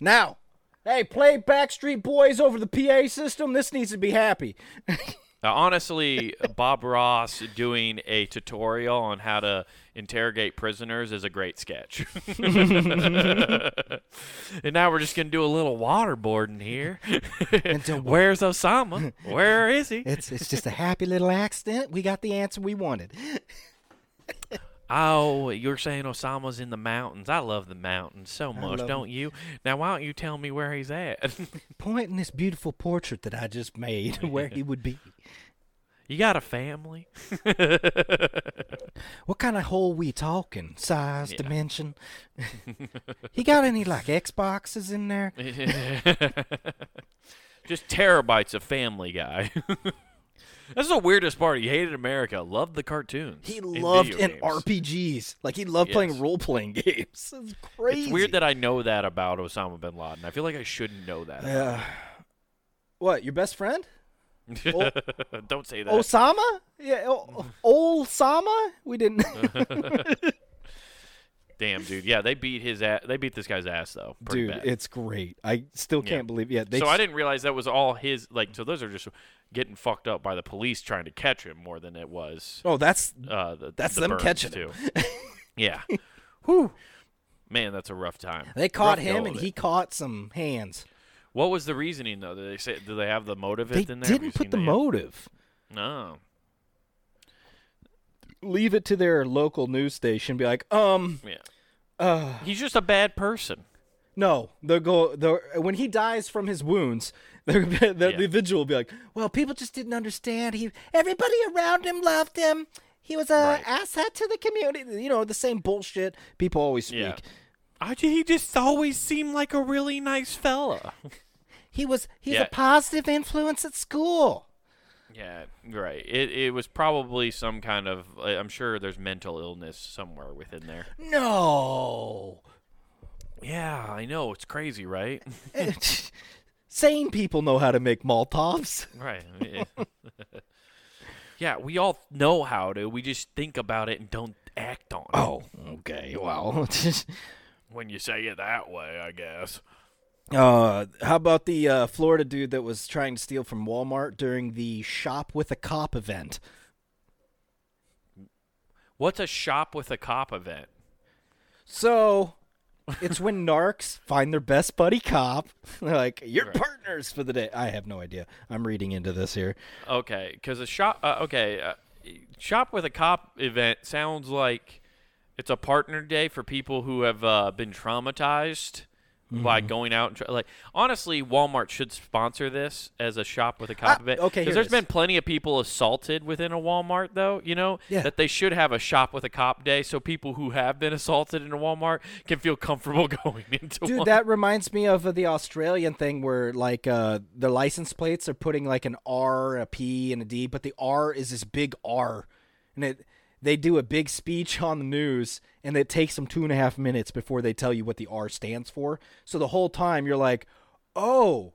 A: now, hey, play Backstreet Boys over the PA system. This needs to be happy.
B: Now, honestly, Bob Ross doing a tutorial on how to interrogate prisoners is a great sketch. *laughs* and now we're just going to do a little waterboarding here. Where's Osama? Where is he?
A: It's it's just a happy little accident. We got the answer we wanted.
B: Oh, you're saying Osama's in the mountains. I love the mountains so much,
A: love
B: don't you? Now, why don't you tell me where he's at? *laughs*
A: Point in this beautiful portrait that I just made *laughs* where he would be.
B: you got a family?
A: What kind of hole we talking? Size, dimension. he got any like Xboxes in there?
B: *laughs* Just terabytes of Family Guy. *laughs* That's the weirdest part. He hated America, loved the cartoons.
A: He
B: and
A: loved
B: video
A: in
B: games.
A: RPGs. Like he loved
B: Yes.
A: playing role playing *laughs* games. It's crazy.
B: It's weird that I know that about Osama bin Laden. I feel like I shouldn't know that.
A: Yeah. What? Your best friend?
B: *laughs* Don't say that.
A: Osama? Yeah. O-
B: *laughs*
A: Osama? We didn't.
B: Damn, dude. Yeah, they beat his ass. They beat this guy's ass though.
A: *laughs*
B: Pretty
A: Dude,
B: bad.
A: it's great. I still can't believe. Yeah. They
B: so I didn't realize that was all his. Like, so those are just getting fucked up by the police trying to catch him more than it was.
A: Oh, that's
B: Uh, the,
A: That's
B: the
A: them
B: Burns,
A: catching
B: too.
A: him. *laughs*
B: yeah.
A: whew.
B: Man, that's a rough time.
A: They caught
B: Rough go
A: him
B: of
A: and
B: it.
A: he caught some hands.
B: What was the reasoning though? Did they say? Did they have the motive
A: They
B: in there? Have you
A: didn't put
B: seen
A: the
B: that yet?
A: motive.
B: No.
A: Leave it to their local news station. Be like, um,
B: Yeah.
A: uh,
B: He's just a bad person.
A: No, they'll go. They'll, when he dies from his wounds, *laughs* they're, the the
B: Yeah.
A: individual will be like, "Well, people just didn't understand. He, everybody around him loved him. He was a
B: Right.
A: asset to the community. You know, the same bullshit people always speak.
B: Yeah. I, he just always seemed like a really nice fella.
A: He was he's
B: Yeah.
A: a positive influence at school.
B: *laughs* yeah, right. It it was probably some kind of. I- I'm sure there's mental illness somewhere within there.
A: No, *laughs*
B: Yeah, I know. It's crazy, right? *laughs*
A: sane people know how to make Molotovs.
B: right. *laughs* yeah, we all know how to. We just think about it and don't act on it.
A: Oh, okay.
B: *laughs*
A: Well,
B: When you say it that way, I guess.
A: Uh, how about the uh, Florida dude that was trying to steal from Walmart during the Shop with a Cop event?
B: What's a shop with a cop event?
A: So, it's when narcs find their best buddy cop. *laughs* They're like, "You're partners for the day." I have no idea. I'm reading into this here.
B: Okay, because a shop. Uh, okay, uh, shop with a cop event sounds like it's a partner day for people who have uh, been traumatized by
A: Mm-hmm.
B: going out and try, like honestly, Walmart should sponsor this as a shop with a copy of it.
A: Ah, okay, here
B: because there's
A: it is.
B: been plenty of people assaulted within a Walmart, though. You know
A: Yeah.
B: that they should have a shop with a cop day, so people who have been assaulted in a Walmart can feel comfortable *laughs* going into
A: Dude,
B: one.
A: that reminds me of uh, the Australian thing where like uh the license plates are putting like an R, a P, and a D, but the R is this big R, and it they do a big speech on the news, and it takes them two and a half minutes before they tell you what the R stands for. So the whole time you're like, oh,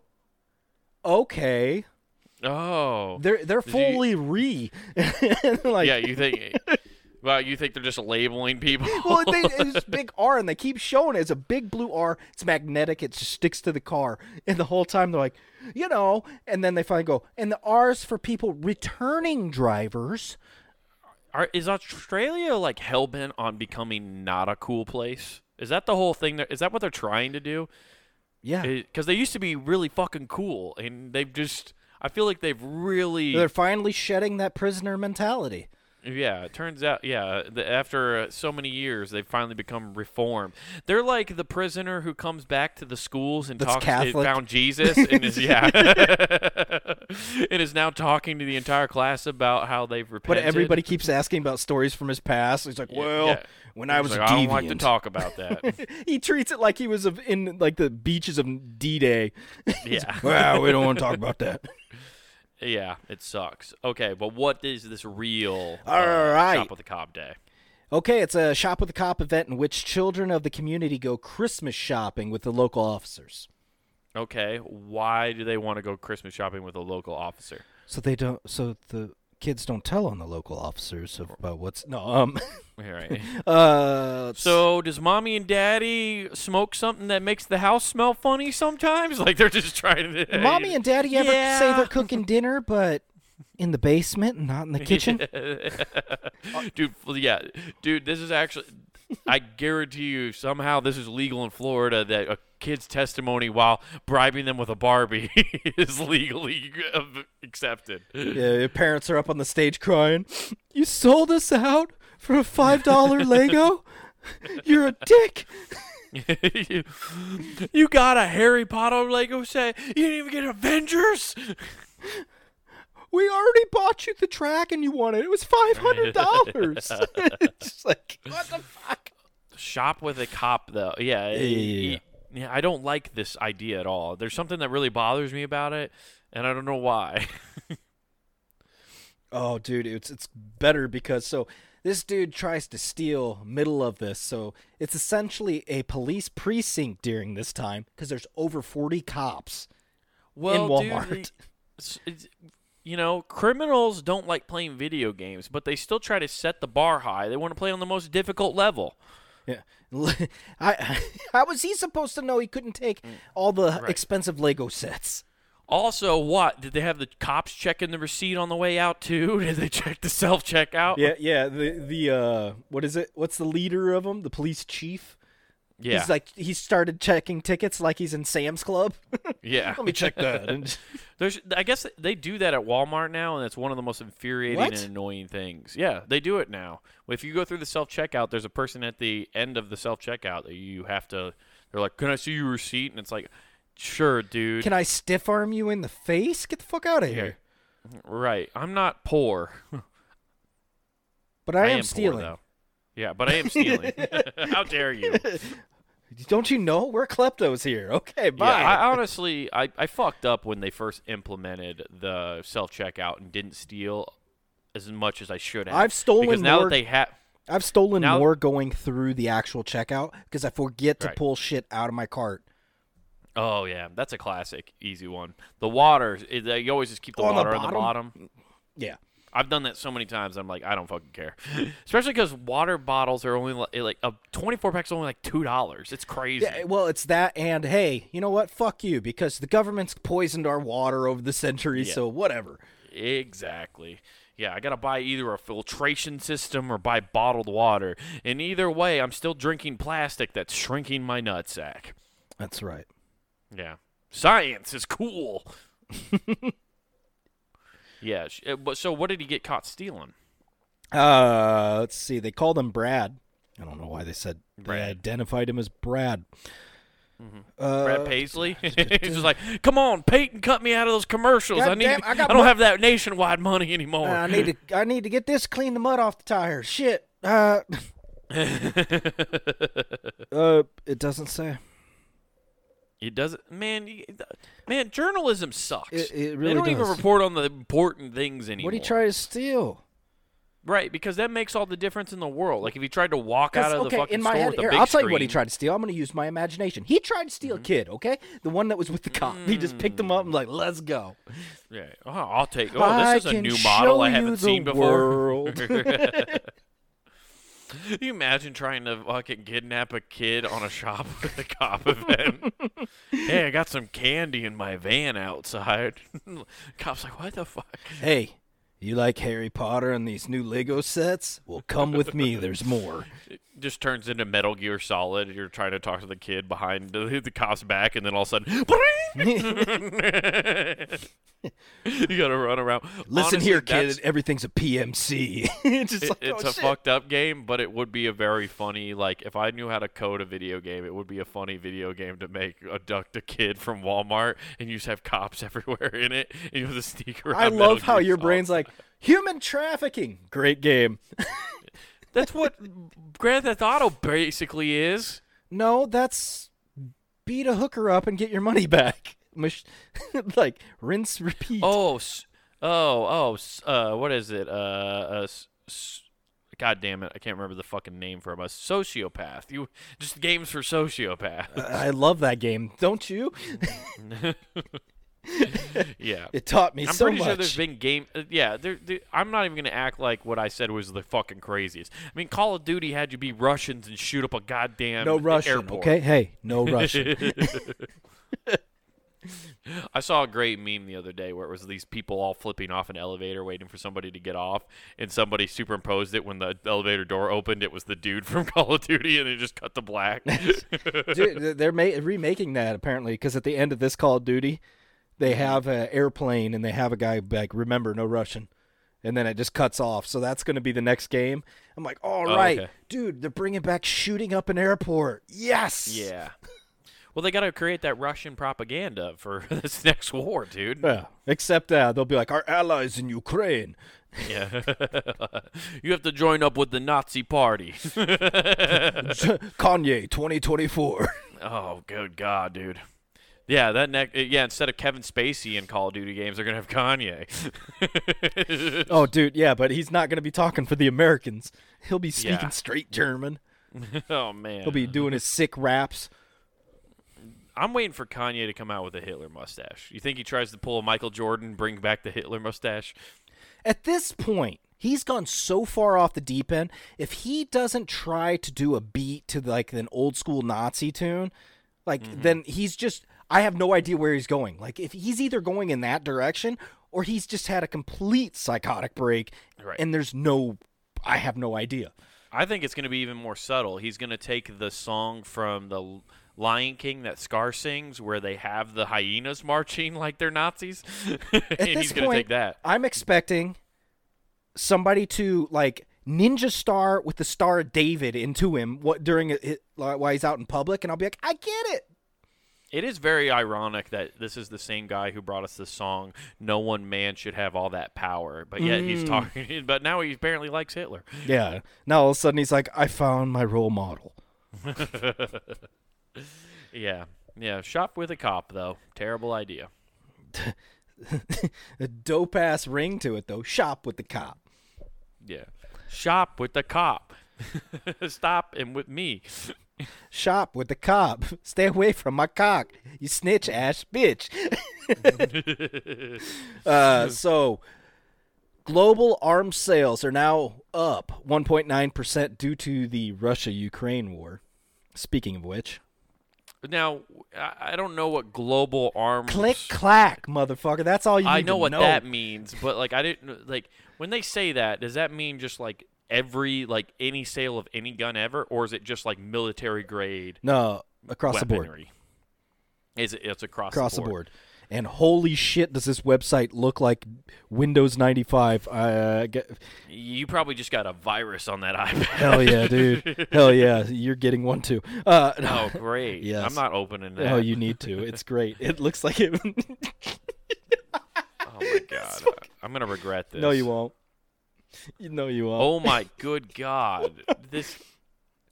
A: okay, *laughs*
B: oh,
A: they're they're
B: you-
A: fully re, *laughs* like
B: yeah. You think? well, you think they're just labeling people?
A: Well,
B: *laughs*
A: they, it's this big R, and they keep showing it. It's a big blue R. It's magnetic. It just sticks to the car. And the whole time they're like, you know, and then they finally go, and the R's for people returning drivers.
B: Are, is Australia like hell bent on becoming not a cool place? Is that the whole thing? That, is that what they're trying to do?
A: Yeah.
B: Because they used to be really fucking cool, and they've just. I feel like they've really.
A: They're finally shedding that prisoner mentality.
B: Yeah, it turns out, yeah, the, after uh, so many years, they've finally become reformed. They're like the prisoner who comes back to the schools and
A: That's
B: talks, and
A: Catholic.
B: found Jesus, and
A: *laughs*
B: is yeah, *laughs* and is now talking to the entire class about how they've
A: But
B: repented.
A: everybody keeps asking about stories from his past. He's like,
B: Yeah,
A: well,
B: yeah.
A: when I
B: He's
A: was a
B: like, I don't like to
A: deviant."
B: talk about that.
A: *laughs* He treats it like he was of- in like the beaches of D-Day. *laughs*
B: yeah,
A: well, we don't want to talk about that.
B: yeah, it sucks. Okay, but what is this real uh,
A: All right.
B: shop with the cop day?
A: Okay, it's a shop with a cop event in which children of the community go Christmas shopping with the local officers.
B: Okay, why do they want to go Christmas shopping with a local officer?
A: So they don't. So the kids don't tell on the local officers of- about what's no. Um. *laughs*
B: All right.
A: Uh.
B: So does mommy and daddy smoke something that makes the house smell funny sometimes? *laughs* Like they're just trying to.
A: mommy and daddy ever say
B: Yeah.
A: they're cooking dinner, but in the basement, and not in the kitchen.
B: *laughs* dude, well, yeah, dude, this is actually. I guarantee you, somehow this is legal in Florida. That a kid's testimony while bribing them with a Barbie *laughs* is legally *laughs* uh, accepted.
A: yeah, your parents are up on the stage crying. You sold us out for a five dollar Lego. You're a dick.
B: you, *laughs* you got a Harry Potter Lego set. You didn't even get Avengers.
A: we already bought you the track and you wanted it. It was five hundred dollars. *laughs* It's like what the fuck?
B: shop with a cop though yeah
A: yeah, yeah,
B: y- yeah, i don't like this idea at all there's something that really bothers me about it and i don't know why *laughs*
A: Oh, dude, it's it's better because so this dude tries to steal middle of this, so it's essentially a police precinct during this time because there's over forty cops.
B: well dude,
A: Walmart.
B: it- it's- it's- you know criminals don't like playing video games but they still try to set the bar high they want to play on the most difficult level
A: Yeah, *laughs* I *laughs* how was he supposed to know he couldn't take all the expensive Lego sets?
B: also what did they have the cops checking the receipt on the way out too *laughs* did they check the self-checkout
A: Yeah, yeah. The the uh, what is it? What's the leader of them? The police chief.
B: yeah
A: He's like he started checking tickets like he's in Sam's Club. *laughs*
B: yeah
A: Let me check
B: *laughs*
A: that. And-
B: There's, I guess they do that at Walmart now, and it's one of the most infuriating
A: What?
B: and annoying things. Yeah, they do it now. If you go through the self checkout, there's a person at the end of the self checkout that you have to. They're like, "Can I see your receipt?" And it's like, "Sure, dude.
A: Can I stiff arm you in the face? Get the fuck out of here.
B: right. I'm not poor.
A: But I,
B: I
A: am,
B: poor,
A: stealing.
B: though. Yeah, but I
A: *laughs*
B: am stealing. *laughs* How dare you?
A: Don't you know we're kleptos here? Okay,
B: Yeah,
A: bye.
B: I honestly, I, I fucked up when they first implemented the self checkout and didn't steal as much as I should have.
A: I've stolen
B: because now
A: more-
B: that they have.
A: I've stolen
B: Now-
A: more going through the actual checkout because I forget to
B: Right.
A: pull shit out of my cart.
B: Oh yeah, that's a classic, easy one. The water, it- uh, you always just keep the
A: On the
B: water on the
A: bottom?
B: bottom.
A: Yeah.
B: I've done that so many times. I'm like, I don't fucking care. *laughs* Especially because water bottles are only li- like a 24 pack's only like two dollars. It's crazy.
A: Yeah, eh, well, it's that and hey, you know what? Fuck you because the government's poisoned our water over the centuries,
B: Yeah.
A: so whatever.
B: Exactly. Yeah, I gotta buy either a filtration system or buy bottled water. And either way, I'm still drinking plastic that's shrinking my nutsack.
A: That's right.
B: Yeah. Science
A: *laughs*
B: is cool. yeah. sh- uh, but So what did he get caught stealing?
A: Uh, let's see. They called him Brad. I don't know why they said they
B: Brad.
A: identified him as Brad. Uh, *laughs*
B: Brad Paisley. *laughs* He's just like, come on, Peyton, cut me out of those commercials. I
A: God
B: need.
A: damn, I
B: I,
A: got
B: don't
A: mo-
B: have that nationwide money anymore.
A: Uh, I need to I need to get this clean the mud off the tire. Shit.
B: *laughs*
A: Uh, uh it doesn't say.
B: it doesn't, man. you- Man, journalism sucks.
A: It- it
B: they
A: really
B: don't even
A: does.
B: report on the important things anymore.
A: What do you try to steal?
B: Right, because that makes all the difference in the world. Like if you tried to walk
A: 'Cause,
B: out of the
A: okay,
B: fucking
A: in my
B: store
A: head,
B: with a
A: here,
B: big
A: I'll tell you what he
B: screen- Mm-hmm.
A: tried to steal. I'm going to use my imagination. He tried to steal a kid, okay? The one that was with the cop. He just picked him up and like, let's go.
B: Yeah. Oh, I'll take. Oh,
A: I
B: this is a
A: can
B: new
A: show
B: model I
A: you
B: haven't
A: the
B: seen before. *laughs*
A: world.
B: Can you imagine trying to fucking kidnap a kid on a shop with a cop
A: *laughs*
B: event? hey, I got some candy in my van outside. *laughs* Cop's like, what the fuck?
A: hey, you like Harry Potter and these new Lego sets? Well, come with me. There's
B: *laughs*
A: more.
B: It just turns into Metal Gear Solid. You're trying to talk to the kid behind the, the cop's back, and then all of
A: *laughs*
B: a sudden, *laughs* you gotta run around.
A: Listen
B: Honestly,
A: here,
B: that's-
A: kid. Everything's a PMC. *laughs* it's just
B: It-
A: like,
B: *laughs* it's
A: oh,
B: a
A: shit.
B: fucked up game, but it would be a very funny like if I knew how to code a video game, it would be a funny video game to make abduct a kid from Walmart and you just have cops *laughs* everywhere in it and you have to sneak around. Oh.
A: I
B: Metal
A: love how
B: Gear
A: your
B: Solid.
A: brain's like, human trafficking. Great game.
B: That's what Grand Theft Auto basically is.
A: No, that's beat a hooker up and get your money back. *laughs* Mush- like, rinse, repeat.
B: Oh, s- oh, oh, s- uh, what is it? Uh, uh s- s- God damn it! I can't remember the fucking name for him. A sociopath. You just games for sociopath. *laughs*
A: I love that game, don't you? *laughs*
B: yeah.
A: It taught me
B: I'm
A: so
B: pretty
A: much.
B: sure there's been game. Uh, yeah, there, there, I'm not even gonna act like what I said was the fucking craziest. I mean, Call of Duty had you be Russians and shoot up a goddamn
A: no Russian,
B: airport.
A: okay? Hey,
B: *laughs*
A: no Russian.
B: I saw a great meme the other day where it was these people all flipping off an elevator waiting for somebody to get off, and somebody superimposed it when the elevator door opened. It was the dude from *laughs* Call of Duty, and they just cut
A: *laughs*
B: to black. *laughs*
A: Dude, they're ma- remaking that apparently because at the end of this Call of Duty, they
B: Mm-hmm.
A: have an airplane and they have a guy like, remember, no Russian. And then it just cuts off. So that's going to be the next game. I'm like, all right,
B: Oh, okay.
A: dude, they're bringing back shooting up an airport. Yes.
B: yeah. Well, they got to create that Russian propaganda for *laughs* this next war, dude.
A: Yeah. Except uh, they'll be like, our allies in Ukraine. *laughs*
B: Yeah. *laughs* you have to join up with the Nazi party.
A: Kanye 2024.
B: oh, good God, dude. Yeah, that neck. eh, Yeah, instead of Kevin Spacey in Call of Duty games, they're gonna have Kanye.
A: *laughs* oh, dude, yeah, but he's not going to be talking for the Americans. He'll be speaking
B: Yeah.
A: straight German.
B: *laughs* oh man,
A: He'll be doing his sick raps.
B: I'm waiting for Kanye to come out with a Hitler mustache. You think he tries to pull a Michael Jordan, bring back the Hitler mustache?
A: At this point, he's gone so far off the deep end. If he doesn't try to do a beat to like an old school Nazi tune, like
B: Mm-hmm.
A: then he's just I have no idea where he's going. Like if he's either going in that direction or he's just had a complete psychotic break
B: Right.
A: and there's no I have no idea.
B: I think it's going to be even more subtle. He's going to take the song from the L- Lion King that Scar sings, where they have the hyenas *laughs* marching like they're Nazis, *laughs*
A: At
B: and
A: this
B: he's going
A: point,
B: to take that.
A: I'm expecting somebody to like ninja star with the star of David into him what during it, while he's out in public and I'll be like I get it.
B: It is very ironic that this is the same guy who brought us the song "No One Man Should Have All That Power," but yet he's
A: Mm.
B: talking. *laughs* But now he apparently likes Hitler.
A: Yeah. Now all of a sudden he's like, I found my role model.
B: Yeah, yeah. Shop with a cop, though. Terrible idea.
A: A dope ass ring to it though. Shop with the cop.
B: Yeah. Shop with the cop. *laughs* Stop and with me.
A: Shop with the cop. *laughs* Stay away from my cock. You snitch ass bitch. *laughs* uh, so global arms sales are now up 1.9% due to the Russia Ukraine war. Speaking of which,
B: Now, I I don't know what global arms.
A: click clack, motherfucker. That's all you need
B: I know
A: to
B: what that means, but like I didn't like when they say that. Does that mean just like every like any sale of any gun ever, or is it just like military grade
A: No, across the board.
B: weaponry? Is it? It's across
A: Across the
B: the
A: board. And holy shit, does this website look like Windows 95? Uh, get,
B: You probably just got a virus on that *laughs* iPad.
A: hell yeah,
B: *laughs*
A: dude. hell yeah, you're getting one too. Uh, no.
B: Oh, great.
A: *laughs* Yes.
B: I'm not opening that.
A: Oh, you need to. It's great. It looks like it. *laughs*
B: Oh, my God. I'm going to regret this.
A: no, you won't. No, you won't. *laughs*
B: Oh, my good God. This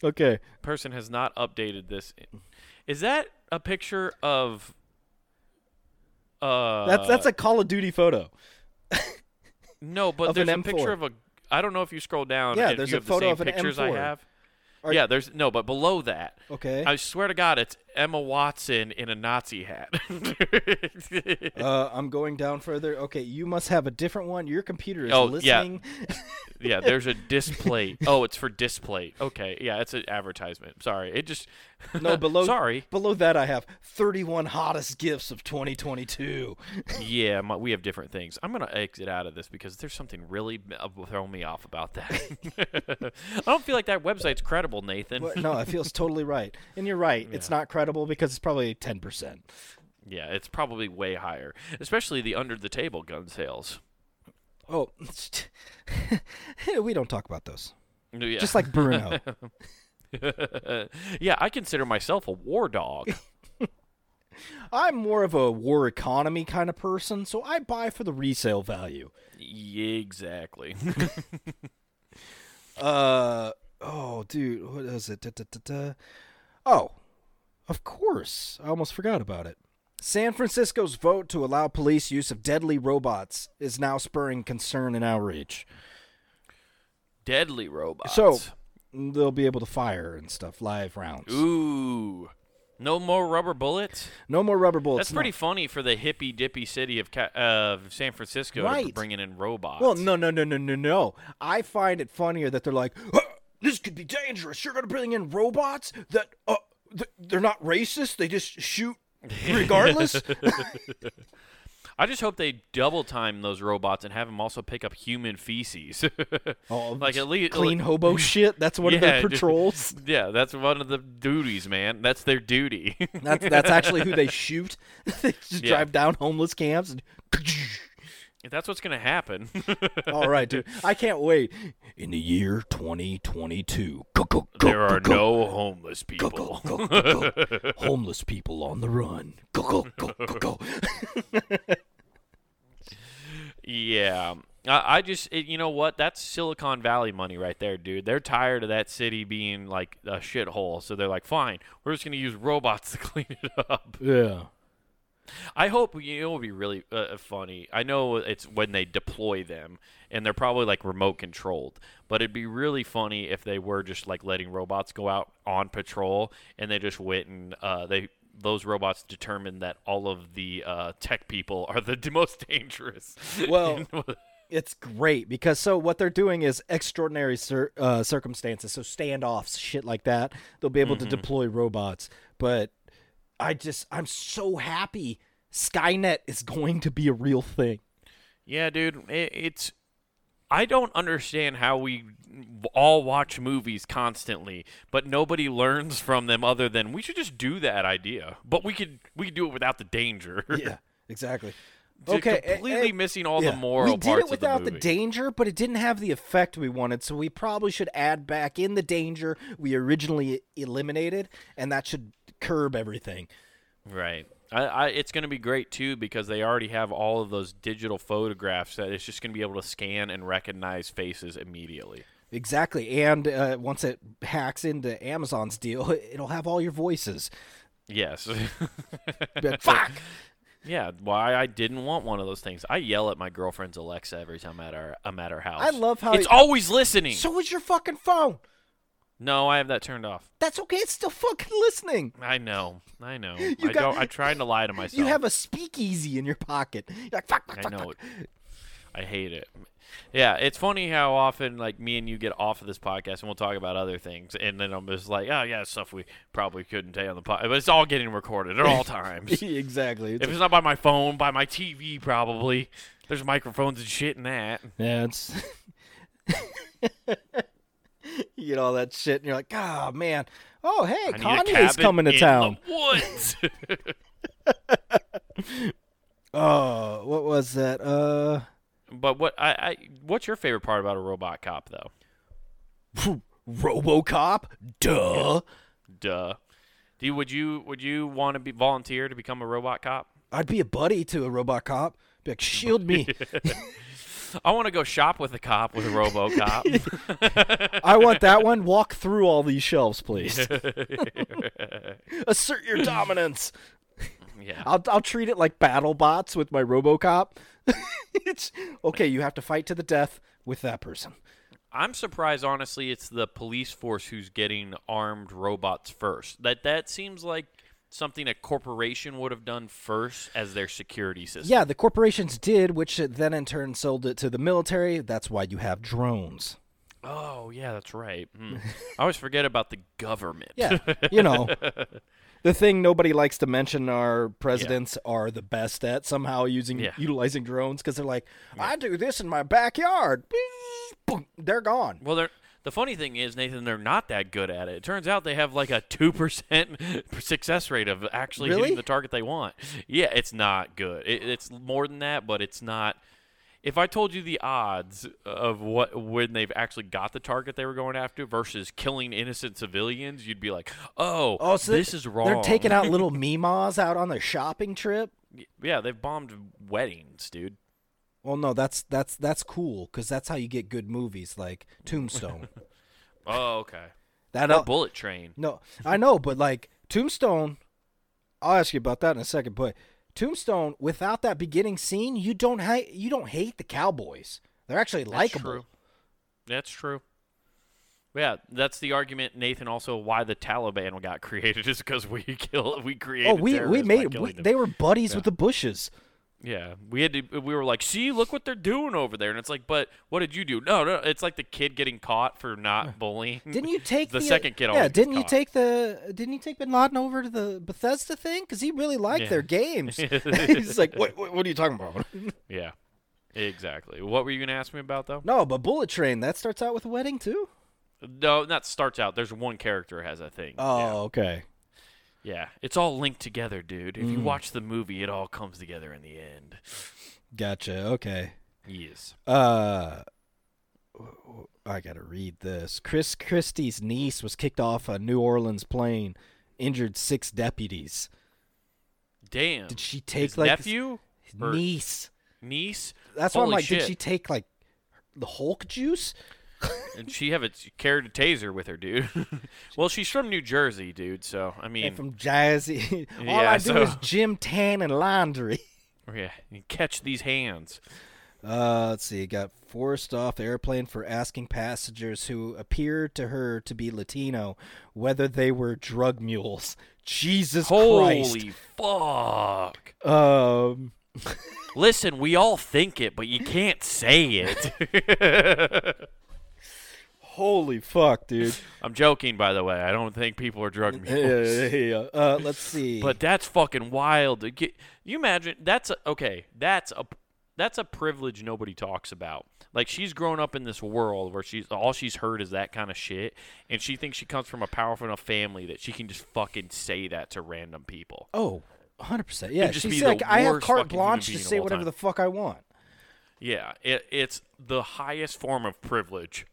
B: Oh,
A: Okay.
B: person has not updated this. Is that a picture of. Uh,
A: That's that's a Call of Duty photo.
B: No, but
A: of
B: there's
A: an
B: a picture
A: M4.
B: of a. I don't know if you scroll down.
A: Yeah,
B: if
A: there's
B: you
A: a
B: have
A: photo
B: the same
A: of an
B: pictures I
A: M4.
B: have.
A: Are-
B: yeah, there's no, but below that,
A: Okay.
B: I swear to God, it's Emma Watson in a Nazi hat. *laughs*
A: Uh, I'm going down further. Okay, you must have a different one. Your computer is
B: Oh, yeah. *laughs*
A: listening.
B: yeah, there's a display. Oh, it's for display. Okay, yeah, it's an advertisement. Sorry, it just *laughs*
A: No, below
B: Sorry,
A: Below that I have 31 hottest gifts of 2022.
B: yeah, my, we have different things. I'm gonna exit out of this because there's something really m- uh, throwing me off about that. *laughs* I don't feel like that website's credible, Nathan.
A: But no, it feels totally right. And you're right. It's not credible because it's probably 10%.
B: Yeah, it's probably way higher, especially the under the table gun sales.
A: Oh, *laughs* we don't talk about those.
B: Yeah.
A: Just like Bruno.
B: yeah, *laughs* I consider myself a war dog. *laughs*
A: I'm more of a war economy kind of person, so I buy for the resale value.
B: Yeah, exactly. *laughs*
A: Uh oh, dude, what is it? Da, da, da, da. Oh, of course, I almost forgot about it. San Francisco's vote to allow police use of deadly robots is now spurring concern and outrage.
B: Deadly robots.
A: So they'll be able to fire and stuff live rounds.
B: ooh, no more rubber bullets.
A: No more rubber bullets.
B: That's pretty
A: no.
B: funny for the hippy dippy city of Ca- of San Francisco to be
A: Right.
B: bringing in robots.
A: Well, no, no, no, no, no, no. I find it funnier that they're like, "Huh, this could be dangerous. You're going to bring in robots that uh, th- they're not racist. They just
B: *laughs*
A: shoot regardless.
B: I just hope they double time those robots and have them also pick up human feces. *laughs*
A: oh,
B: like at least
A: clean
B: *laughs*
A: hobo shit. That's one of
B: Yeah,
A: their
B: dude.
A: patrols.
B: *laughs* Yeah, that's one of the duties, man. That's their duty. *laughs*
A: That's that's actually who they shoot. *laughs* they just
B: Yeah.
A: drive down homeless camps. And *laughs*
B: that's what's gonna happen. *laughs*
A: All right, dude. I can't wait. In the year 2022,
B: there are no homeless people. *laughs*
A: homeless people on the run.
B: Yeah. I, I just, it, you know what? That's Silicon Valley money right there, dude. They're tired of that city being like a shithole. So they're like, fine, we're just going to use robots to *laughs* clean it up.
A: yeah.
B: I hope, you know, it would be really uh, funny. I know it's when they deploy them and they're probably like remote controlled, but it'd be really funny if they were just like letting robots go out on patrol and they just went and uh, they. Those robots determined that all of the uh, tech people are the *laughs* most dangerous. *laughs*
A: Well, it's great because so what they're doing is extraordinary cir- uh, circumstances, so standoffs, shit like that. They'll be
B: Mm-hmm.
A: able to deploy robots, but I just I'm so happy Skynet is going to be a real
B: *laughs*
A: thing.
B: Yeah, dude, it, it's. I don't understand how we all watch movies constantly, but nobody learns from them other than we should just do that idea. But we could we could do it without the danger.
A: Yeah, exactly.
B: *laughs* Just
A: okay, a-
B: completely
A: a-
B: missing all the
A: yeah.
B: moral
A: We did
B: parts
A: it without
B: of the movie.
A: danger, but it didn't have the effect we wanted. So we probably should add back in the danger we originally eliminated, and that should curb everything.
B: Right. I, I, it's going to be great too because they already have all of those digital photographs that it's just going to be able to scan and recognize faces immediately.
A: Exactly. And uh, once it hacks into Amazon's deal, *laughs* it'll have all your voices.
B: Yes. *laughs*
A: Be like, Fuck!
B: yeah. Why I didn't want one of those things. I yell at my girlfriend's Alexa every time at our I'm at her house.
A: I love how
B: it's always listening.
A: So is your fucking phone.
B: no, I have that turned off.
A: That's okay. It's still fucking listening.
B: I know.
A: *laughs*
B: I know. I
A: got-
B: don't. I try to lie to
A: *laughs*
B: myself.
A: You have a speakeasy in your pocket. You're like, fuck, fuck,
B: I
A: fuck,
B: know.
A: fuck.
B: I hate it. Yeah, it's funny how often like me and you get off of this podcast and we'll talk about other things, and then I'm just like, oh yeah, stuff we probably couldn't say on the podcast, but it's all getting recorded at
A: *laughs*
B: all times. if
A: exactly. It's,
B: it's not by my phone, by my TV, probably. There's microphones and shit in that.
A: yeah, it's. *laughs* you get all that shit, and you're like, oh, man. Oh, hey,
B: I need a
A: Kanye's
B: cabin
A: coming to
B: in
A: town.
B: The woods.
A: Oh, what was that? Uh,
B: But what I, I what's your favorite part about a robot cop though?
A: RoboCop. Duh.
B: Duh. Do you, would you would you want to be volunteer to become a robot cop?
A: I'd be a buddy to a robot cop. Be like, shield
B: *laughs*
A: me.
B: I want to go shop with a cop with a RoboCop.
A: I want that one. Walk through all these shelves, please. Assert your dominance.
B: yeah.
A: I'll, I'll treat it like battle bots with my RoboCop. *laughs* it's okay. You have to fight to the death with that person.
B: I'm surprised, honestly, it's the police force who's getting armed robots first. That that seems like something a corporation would have done first as their security system.
A: Yeah, the corporations did, which then in turn sold it to the military. That's why you have drones.
B: Oh, yeah, that's right. Hmm. I always forget about the government.
A: *laughs* Yeah, you know. The thing nobody likes to mention our presidents are the best at somehow using
B: Yeah.
A: utilizing drones because they're like, I do this in my backyard. Boom, they're gone.
B: well, they're, the funny thing is, Nathan, they're not that good at it. It turns out they have like a 2% *laughs* success rate of actually
A: Really?
B: hitting the target they want. Yeah, it's not good. It, it's more than that, but it's not. If I told you the odds of what when they've actually got the target they were going after versus killing innocent civilians, you'd be like, "Oh,
A: Oh, so
B: this
A: they're-
B: is wrong."
A: They're taking out
B: *laughs*
A: little Mimas out on their shopping trip.
B: yeah, they've bombed weddings,
A: *laughs*
B: dude.
A: Well, no, that's that's that's cool because that's how you get good movies like
B: *laughs*
A: Tombstone.
B: Oh, okay.
A: that
B: A
A: uh,
B: bullet train.
A: no, I know, but like Tombstone, I'll ask you about that in a second. But Tombstone, without that beginning scene, you don't hate you don't hate the cowboys. They're actually
B: That's
A: likable.
B: true. That's true. Yeah, that's the argument, Nathan. Also, why the Taliban got *laughs* created is because we kill, we created.
A: Oh, we we
B: terrorists by
A: made
B: killing
A: we,
B: them.
A: they were buddies with the Bushes.
B: Yeah, we had to. We were like, see, look what they're doing over there, and it's like, but what did you do? No, no, it's like the kid getting caught for not bullying.
A: Didn't you take
B: the,
A: the,
B: second kid?
A: Yeah,
B: always gets
A: didn't you
B: caught.
A: take the didn't you take Bin Laden over to the Bethesda thing because he really liked
B: Yeah. *laughs*
A: their games. *laughs* He's like, what, what what are you talking about?
B: *laughs* Yeah, exactly. What were you gonna ask me about though?
A: no, but Bullet Train that starts out with a wedding too.
B: No, not starts out. There's one character has a thing.
A: Oh,
B: yeah.
A: okay.
B: yeah, it's all linked together, dude.
A: Mm.
B: If you watch the movie, it all comes together in the end.
A: Gotcha. Okay.
B: Yes.
A: Uh w- w- I got to read this. Chris Christie's niece was kicked off a New Orleans plane, injured six deputies.
B: Damn.
A: Did she take
B: His
A: like
B: nephew,
A: his
B: Or
A: niece?
B: niece?
A: That's why
B: Holy
A: I'm like,
B: shit.
A: did she
B: *laughs*
A: take like the Hulk juice?
B: And she have a she carried a taser with her, dude. *laughs* well, she's from New Jersey, dude. So I mean,
A: And from Jazzy. *laughs* All
B: Yeah,
A: I do
B: so-
A: is gym tan and laundry. *laughs*
B: yeah, you catch these hands.
A: Uh, let's see. Got forced off the airplane for asking passengers who appeared to her to be Latino whether they were drug mules. Jesus Christ.
B: Holy fuck!
A: Um,
B: Listen, we all think it, but you can't say it.
A: holy fuck,
B: *laughs*
A: dude.
B: *laughs* I'm joking, by the way. I don't think people are
A: *laughs*
B: drug mules.
A: Yeah, uh, *laughs* let's see.
B: But that's fucking wild. to get- You imagine that's a, okay. That's a that's a privilege nobody talks about. Like she's grown up in this world where she's all she's heard is that kind of shit, and she thinks she comes from a powerful enough family that she can just fucking say that to random people.
A: oh, 100%. Yeah,
B: just be
A: she's
B: the
A: like, I have
B: worst
A: carte
B: fucking human
A: blanche to
B: being of
A: say
B: all
A: whatever
B: time."
A: the fuck I want.
B: Yeah, it, it's the highest form of privilege.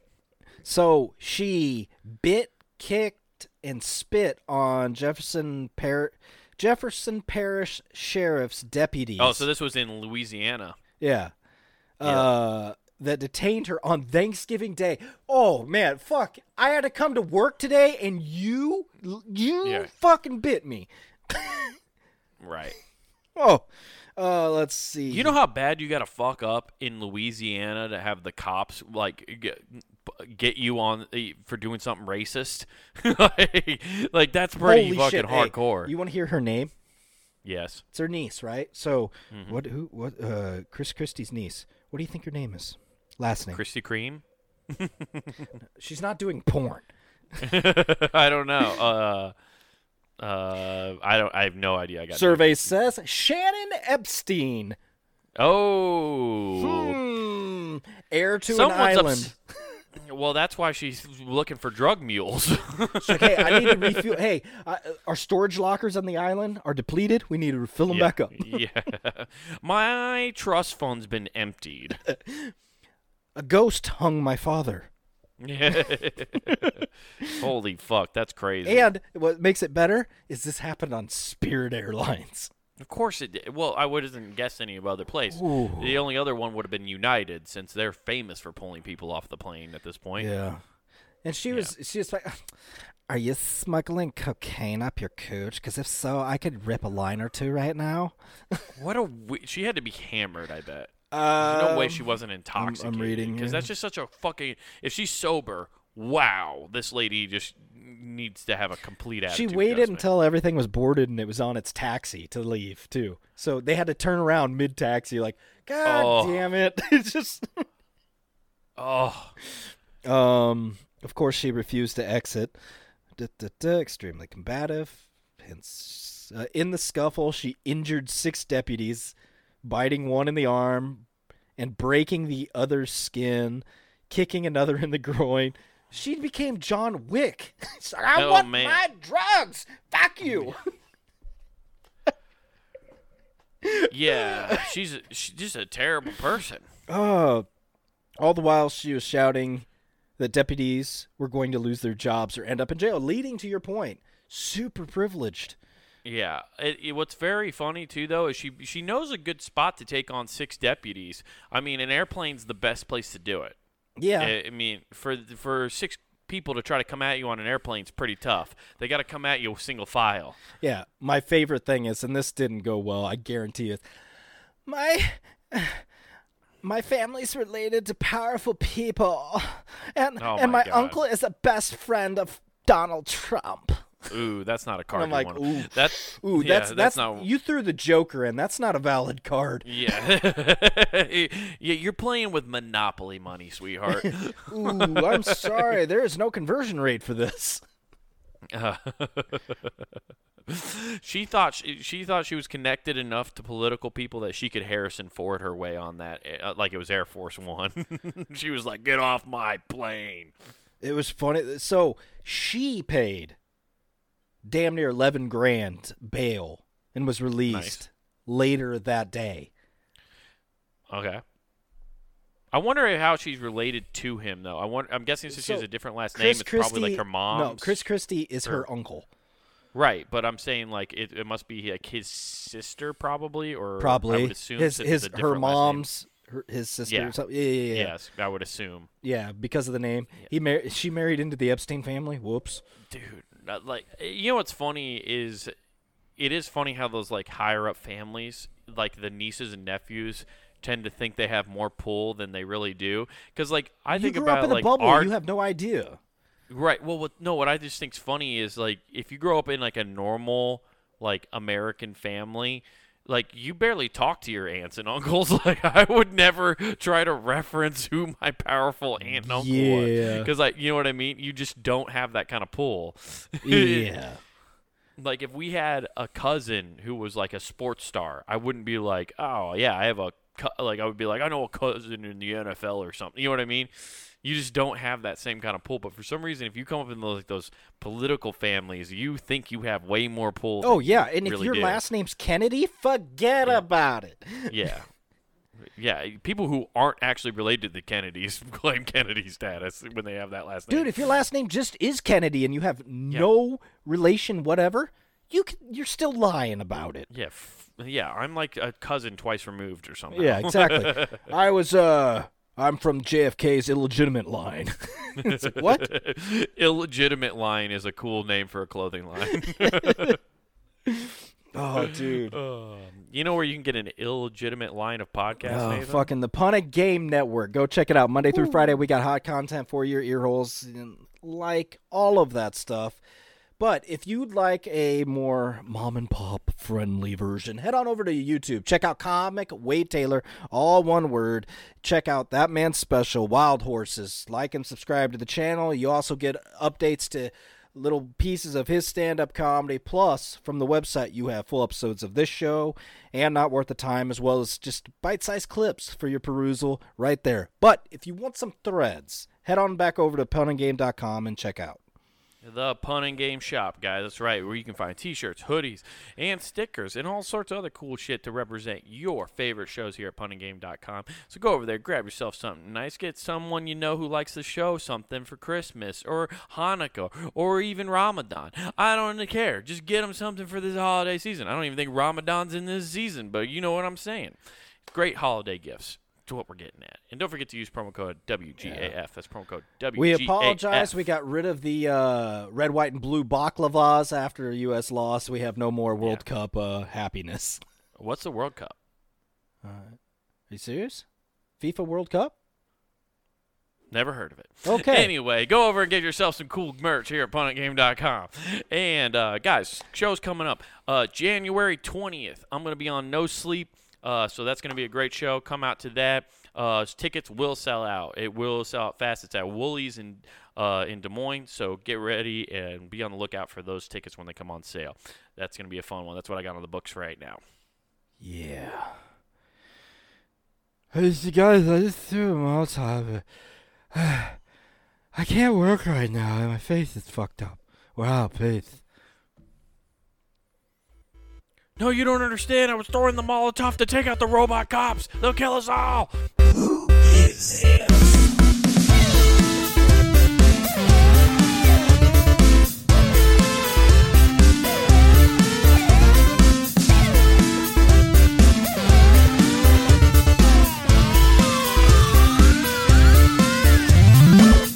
A: So she bit, kicked, and spit on Jefferson Par- Jefferson Parish Sheriff's deputies.
B: Oh, so this was in Louisiana.
A: yeah. Uh, that detained her on Thanksgiving Day. Oh man, fuck! I had to come to work today, and you, you
B: Yeah.
A: fucking bit me.
B: Right.
A: Oh, uh, let's see.
B: You know how bad you got to fuck up in Louisiana to have the cops like get, get you on eh, for doing something racist? *laughs* like, like, that's pretty
A: Holy
B: fucking
A: shit, hey,
B: hardcore.
A: you want to hear her name?
B: yes.
A: It's her niece, right? So,
B: Mm-hmm.
A: what? Who? What? Uh, Chris Christie's niece. What do you think her name is? Last name.
B: Krispy Kreme? *laughs*
A: She's not doing porn.
B: I don't know. Uh uh I don't I have no idea. I got no- *laughs*
A: Survey says Shannon Epstein.
B: Oh.
A: Hmm. Heir to an
B: Someone's *laughs*
A: island.
B: ups- Well, that's why she's looking for drug mules. *laughs*
A: It's like, hey, I need to refuel. Hey, I, our storage lockers on the island are depleted. We need to fill them
B: yeah. *laughs*
A: back up.
B: yeah. My trust fund's been emptied.
A: A ghost hung my father.
B: *laughs* Holy fuck, that's crazy.
A: And what makes it better is this happened on Spirit Airlines.
B: Of course it did. Well, I wouldn't guess any of other place.
A: Ooh.
B: The only other one would have been United, since they're famous for pulling people off the plane at this point.
A: Yeah. And she was she was like, "Are you smuggling cocaine up your cooch? Because if so, I could rip a line or two right now."
B: What a we- she had to be hammered. I bet.
A: Uh,
B: There's no way she wasn't intoxicated.
A: reading
B: because
A: here.
B: that's just such a fucking. If she's sober, wow, this lady just needs to have a complete
A: she
B: attitude.
A: waited
B: adjustment.
A: until everything was boarded and it was on its taxi to leave too. So they had to turn around mid taxi, like, "God
B: Oh.
A: damn it!" *laughs* It's just.
B: Oh,
A: Um, of course, she refused to exit. Duh, duh, duh, extremely combative. Hence, uh, in the scuffle, she injured six deputies, biting one in the arm and breaking the other's skin, kicking another in the *laughs* groin. She became John Wick. *laughs* She's like, I
B: Oh,
A: want
B: man. Oh,
A: my drugs. Fuck you.
B: yeah. she's a, she's just a terrible person.
A: *laughs* Uh, all the while, she was shouting that deputies were going to lose their jobs or end up in jail, leading to your point. Super privileged.
B: Yeah. It, it- what's very funny too, though, is she she knows a good spot to take on six deputies. I mean, an airplane's the best place to do it.
A: Yeah.
B: I I mean, for for six people to try to come at you on an airplane's pretty tough. They got to come at you single file.
A: Yeah, my favorite thing is, and this didn't go well, I guarantee it. My *sighs* my family's related to powerful people, and
B: Oh
A: and
B: my
A: my
B: God.
A: uncle is a best friend of Donald Trump.
B: Ooh, that's not a card.
A: I'm
B: you
A: like,
B: wanna- *laughs*
A: ooh,
B: that's
A: Ooh,
B: yeah,
A: that's, that's
B: not.
A: you threw the Joker in. That's not a valid card.
B: *laughs* yeah, *laughs* yeah, you're playing with monopoly money,
A: *laughs*
B: sweetheart.
A: Ooh, I'm sorry, there is no conversion rate for this.
B: Uh, *laughs* she thought she, she thought she was connected enough to political people that she could Harrison Ford her way on that, uh, like it was Air Force One. *laughs* she was like, "Get off my plane!"
A: It was funny. So she paid damn near eleven grand bail and was released later that day.
B: Okay. I wonder how she's related to him, though. I want. I'm guessing since she has
A: So,
B: a different last name,
A: Chris
B: it's
A: Christie,
B: probably like her mom.
A: No, Chris Christie is her uncle.
B: Right, but I'm saying like it, it must be like his sister, probably, or I
A: Probably
B: would assume
A: his
B: since
A: his
B: it's a
A: her
B: different last name.
A: mom's her, his sister.
B: Yeah.
A: Or something. Yeah, yeah, yeah, yeah,
B: Yes, I would assume.
A: Yeah, Because of the name, he mar- she married into the Epstein family. Whoops.
B: dude not like eh, you know what's funny is it is funny how those like higher up families like the nieces and nephews tend to think they have more pull than they really do because like i
A: you
B: think
A: grew
B: about
A: up in
B: like
A: a bubble.
B: our
A: You have no
B: *laughs*
A: idea.
B: right well what no what i just think's funny is like if you grow up in like a normal like american family like you barely talk to your aunts and uncles *laughs* like i would never try to reference who my powerful aunt and uncle was
A: Yeah.
B: because like you know what i mean you just don't have that kind of pull *laughs*
A: Yeah.
B: like if we had a cousin who was like a sports star, I wouldn't be like, oh yeah, I have a co-, like I would be like, I know a cousin in the NFL or something. You know what I mean? You just don't have that same kind of pull. But for some reason, if you come up in those, like those political families, you think you have way more pull. than
A: oh
B: you
A: yeah, and if
B: really
A: your
B: do.
A: last name's Kennedy, forget about it.
B: *laughs* yeah. Yeah, people who aren't actually related to Kennedys *laughs* claim Kennedy status when they have that last name.
A: Dude, if your last name just is Kennedy and you have no relation whatever, you can, you're still lying about it.
B: yeah, f- yeah, I'm like a cousin twice removed or something.
A: *laughs* Yeah, exactly. I was uh I'm from JFK's illegitimate line. *laughs* It's like, what? *laughs*
B: Illegitimate line is a cool name for a clothing line. *laughs*
A: Oh dude. Oh,
B: you know where you can get an illegitimate line of podcast Nathan?
A: Oh, fucking the Punna Game Network. Go check it out. Monday through Friday we got hot content for your ear holes and like all of that stuff. But if you'd like a more mom and pop friendly version, head on over to YouTube. Check out Comic Wade Taylor, all one word. Check out that man's special, Wild Horses. Like and subscribe to the channel. You also get updates to little pieces of his stand up comedy. Plus, from the website, you have full episodes of this show and Not Worth the Time, as well as just bite sized clips for your perusal right there. But if you want some threads, head on back over to punninggame.com and check out.
B: The Pun and Game Shop, guys. That's right, where you can find t shirts, hoodies, and stickers, and all sorts of other cool shit to represent your favorite shows here at punninggame.com. So go over there, grab yourself something nice, get someone you know who likes the show something for Christmas or Hanukkah or even Ramadan. I don't care. Just get them something for this holiday season. I don't even think Ramadan's in this season, but you know what I'm saying. Great holiday gifts. To what we're getting at. And don't forget to use promo code WGAF. That's promo code WGAF.
A: We apologize. We got rid of the uh, red, white, and blue baklavas after a U.S. loss. We have no more World Cup uh, happiness.
B: What's the World Cup?
A: Are you serious? FIFA World Cup?
B: Never heard of it.
A: Okay.
B: Anyway, go over and get yourself some cool merch here at PunnetGame.com. And uh, guys, show's coming up. Uh, January 20th, I'm going to be on No Sleep. Uh, so that's going to be a great show. Come out to that. Uh, tickets will sell out. It will sell out fast. It's at Woolies in uh, in Des Moines. So get ready and be on the lookout for those tickets when they come on sale. That's going to be a fun one. That's what I got on the books right now.
A: Yeah. Hey, you guys, I just threw them all time. *sighs* I can't work right now, and my face is fucked up. Wow, please.
B: No, you don't understand. I was throwing the Molotov to take out the robot cops. They'll kill us all.
C: Who lives here?